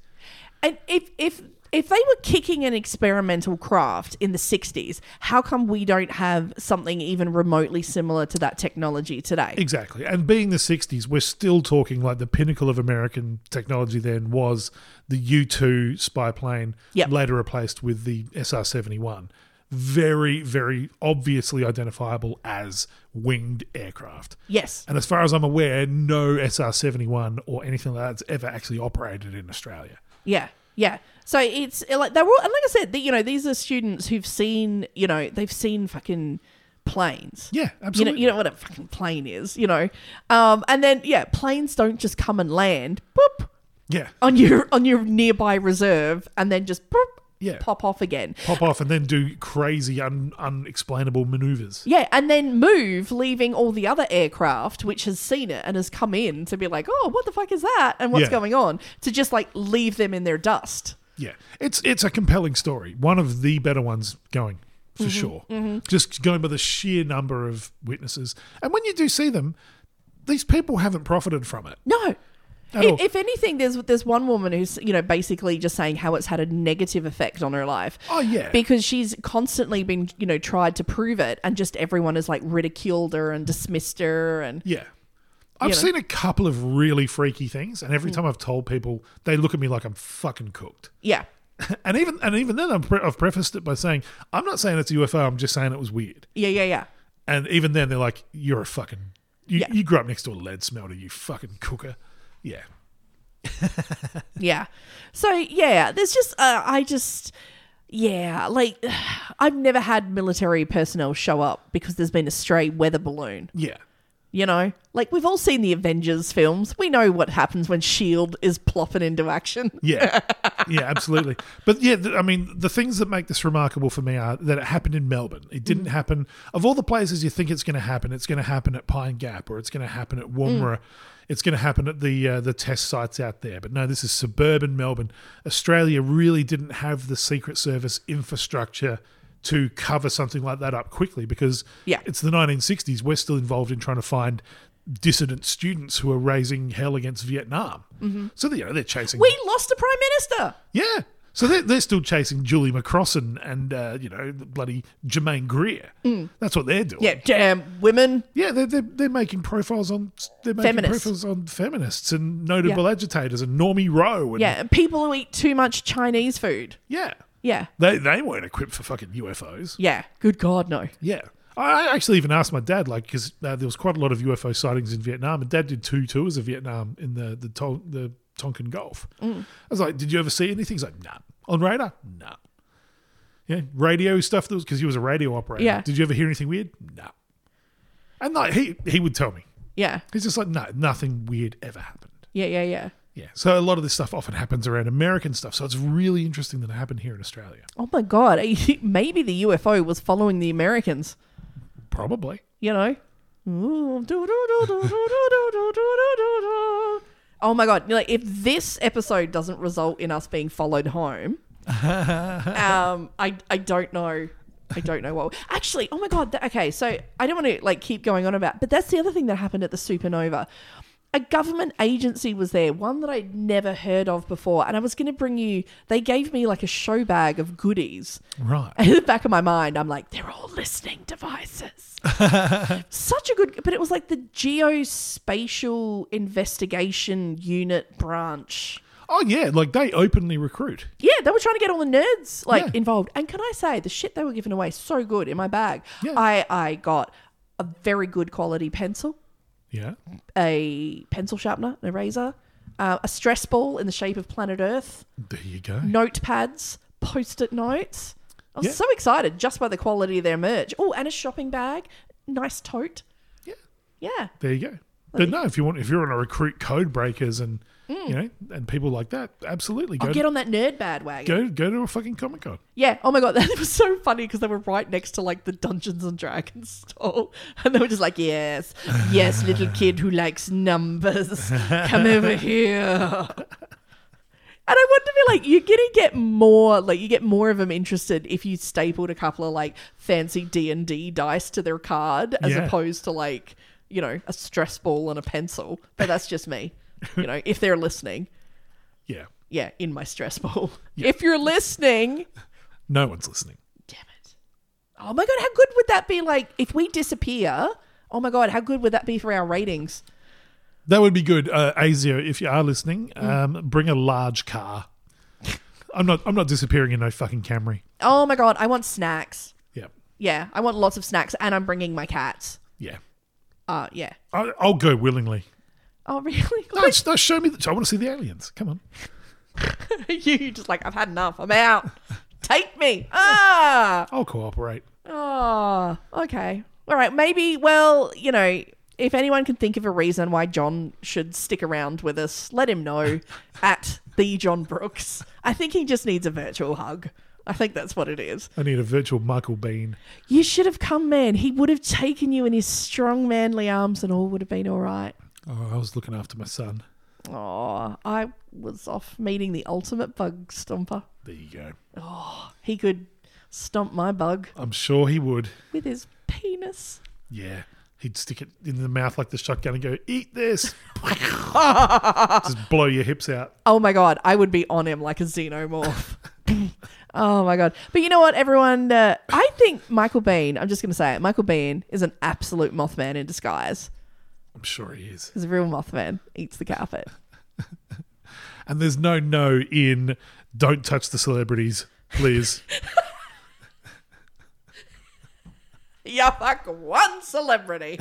And if if if they were kicking an experimental craft in the 60s, how come we don't have something even remotely similar to that technology today?
Exactly. And being the 60s, we're still talking like the pinnacle of American technology then was the U 2 spy plane,
Yep.
later replaced with the SR 71. Very, very obviously identifiable as winged aircraft.
yes.
And as far as I'm aware, no SR 71 or anything like that's ever actually operated in Australia.
Yeah. Yeah. So it's uh, like they were, and like I said, the, you know, these are students who've seen, you know, they've seen fucking planes.
Yeah,
You know,
absolutely.
you know what a fucking plane is, you know, um, and then yeah, planes don't just come and land, boop,
yeah.
on your on your nearby reserve, and then just boop,
Yeah.
pop off again.
Pop off and then do crazy, un- unexplainable maneuvers.
Yeah, and then move, leaving all the other aircraft, which has seen it and has come in to be like, oh, what the fuck is that? And what's
Yeah.
going on? To just like leave them in their dust.
Yeah, it's it's a compelling story. One of the better ones going for sure. Just going by the sheer number of witnesses, and when you do see them, these people haven't profited from it.
No.
At all.
If, if anything, there's there's one woman who's you know basically just saying how it's had a negative effect on her life.
Oh, yeah.
because she's constantly been you know tried to prove it, and just everyone has like ridiculed her and dismissed her, and
Yeah, I've
you know.
seen a couple of really freaky things, and every time I've told people, they look at me like I'm fucking cooked.
Yeah.
And even and even then, I'm pre- I've prefaced it by saying I'm not saying it's a UFO. I'm just saying it was weird.
Yeah, yeah, yeah.
And even then, they're like, "You're a fucking you,
Yeah.
you grew up next to a lead smelter, you fucking cooker." Yeah,
Yeah. So yeah, there's just uh, I just yeah, like I've never had military personnel show up because there's been a stray weather balloon,
yeah,
you know? Like we've all seen the Avengers films. We know what happens when shield E is plopping into action.
yeah, yeah, absolutely. But yeah, th- I mean, the things that make this remarkable for me are that it happened in Melbourne. It didn't
Mm.
happen of all the places you think it's going to happen. It's going to happen at Pine Gap, or it's going to happen
Mm.
at Woomera. It's going to happen at the uh, the test sites out there. But no, this is suburban Melbourne. Australia really didn't have the Secret Service infrastructure to cover something like that up quickly because
Yeah.
it's the 1960s. We're still involved in trying to find dissident students who are raising hell against Vietnam. So they, you know, they're chasing.
Mm-hmm. We lost a prime minister.
Yeah. So they're, they're still chasing Julie McCrossan and, uh, you know, the bloody Jermaine Greer. That's what they're doing.
Mm. Yeah, damn women.
Yeah, they're, they're, they're making profiles on they're making
Feminists.
profiles on feminists and notable agitators and Normie Rowe. And,
Yeah, and people who eat too much Chinese food.
Yeah.
Yeah.
They, they weren't equipped for fucking UFOs.
Yeah. Good God, no.
Yeah. I I actually even asked my dad, like, because uh, there was quite a lot of UFO sightings in Vietnam, and dad did two tours of Vietnam in the the, Tol- the Tonkin Gulf. I was like, did you ever see anything? He's like, nah. On radar? Nah. Yeah. Radio stuff, that was because he was a radio operator.
Yeah.
Did you ever hear anything weird? Nah. And like, he, he would tell me.
Yeah.
He's just like, no, nothing weird ever happened.
Yeah, yeah, yeah.
Yeah. So a lot of this stuff often happens around American stuff. So it's really interesting that it happened here in Australia.
Oh my God. Maybe the UFO was following the Americans.
Probably.
you know. Oh my god! Like if this episode doesn't result in us being followed home, um, I I don't know, I don't know what. Actually, oh my god! that- okay, so I don't want to like keep going on about, but that's the other thing that happened at the supernova. A government agency was there, one that I'd never heard of before, and I was going to bring you. They gave me like a show bag of goodies.
Right.
And in the back of my mind, I'm like, they're all listening devices. Such a good, but it was like the geospatial investigation unit branch.
Oh, yeah. Like they openly recruit.
Yeah, they were trying to get all the nerds like
Yeah.
involved. And can I say the shit they were giving away so good in my bag?
Yeah.
I I got a very good quality pencil,
Yeah.
a pencil sharpener, an eraser, uh, a stress ball in the shape of planet Earth,
There you go.
notepads, post-it notes. I was
Yeah.
so excited just by the quality of their merch. Oh, and a shopping bag, nice tote.
Yeah.
Yeah,
There you go. But no, if you want, if you're on a recruit code breakers and you know and people like that, absolutely go
Mm. I'll get on that nerd bandwagon.
go go to a fucking comic con.
Yeah. Oh my god, that was so funny because they were right next to like the Dungeons and Dragons stall, and they were just like, "Yes, yes, little kid who likes numbers, come over here." And I wanted to be like, you're gonna get more, like you get more of them interested if you stapled a couple of like fancy D and D dice to their card, as
Yeah.
opposed to like, you know, a stress ball and a pencil. But that's just me, you know. If they're listening,
Yeah,
yeah, in my stress ball. If you're listening,
no one's listening.
damn it. Oh my god, how good would that be? Like, if we disappear, oh my god, how good would that be for our ratings?
That would be good, uh, Azio. If you are listening,
Mm.
um, bring a large car. I'm not. I'm not disappearing in no fucking Camry.
Oh my god, I want snacks.
Yeah,
Yeah, I want lots of snacks, and I'm bringing my cats.
yeah.
Uh, yeah.
I, I'll go willingly.
Oh really?
No, s- no, show me. The, I want to see the aliens. Come on.
you just like I've had enough. I'm out. Take me. Ah.
I'll cooperate.
Oh. Okay. All right. Maybe. Well, you know. If anyone can think of a reason why John should stick around with us, let him know at the John Brooks. I think he just needs a virtual hug. I think that's what it is.
I need a virtual Michael Bean.
You should have come, man. He would have taken you in his strong, manly arms, and all would have been all right.
Oh, I was looking after my son.
Oh, I was off meeting the ultimate bug stomper.
There you go.
He could stomp my bug
I'm sure he would.
with his penis.
Yeah. He'd stick it in the mouth like the shotgun and go, eat this. Just blow your hips out.
Oh my god, I would be on him like a xenomorph. oh my god! But you know what, everyone? Uh, I think Michael Bean. I'm just going to say it. Michael Bean is an absolute Mothman in disguise.
I'm sure he is.
Because a real Mothman eats the carpet.
And there's no no in don't touch the celebrities, please.
you fuck one celebrity.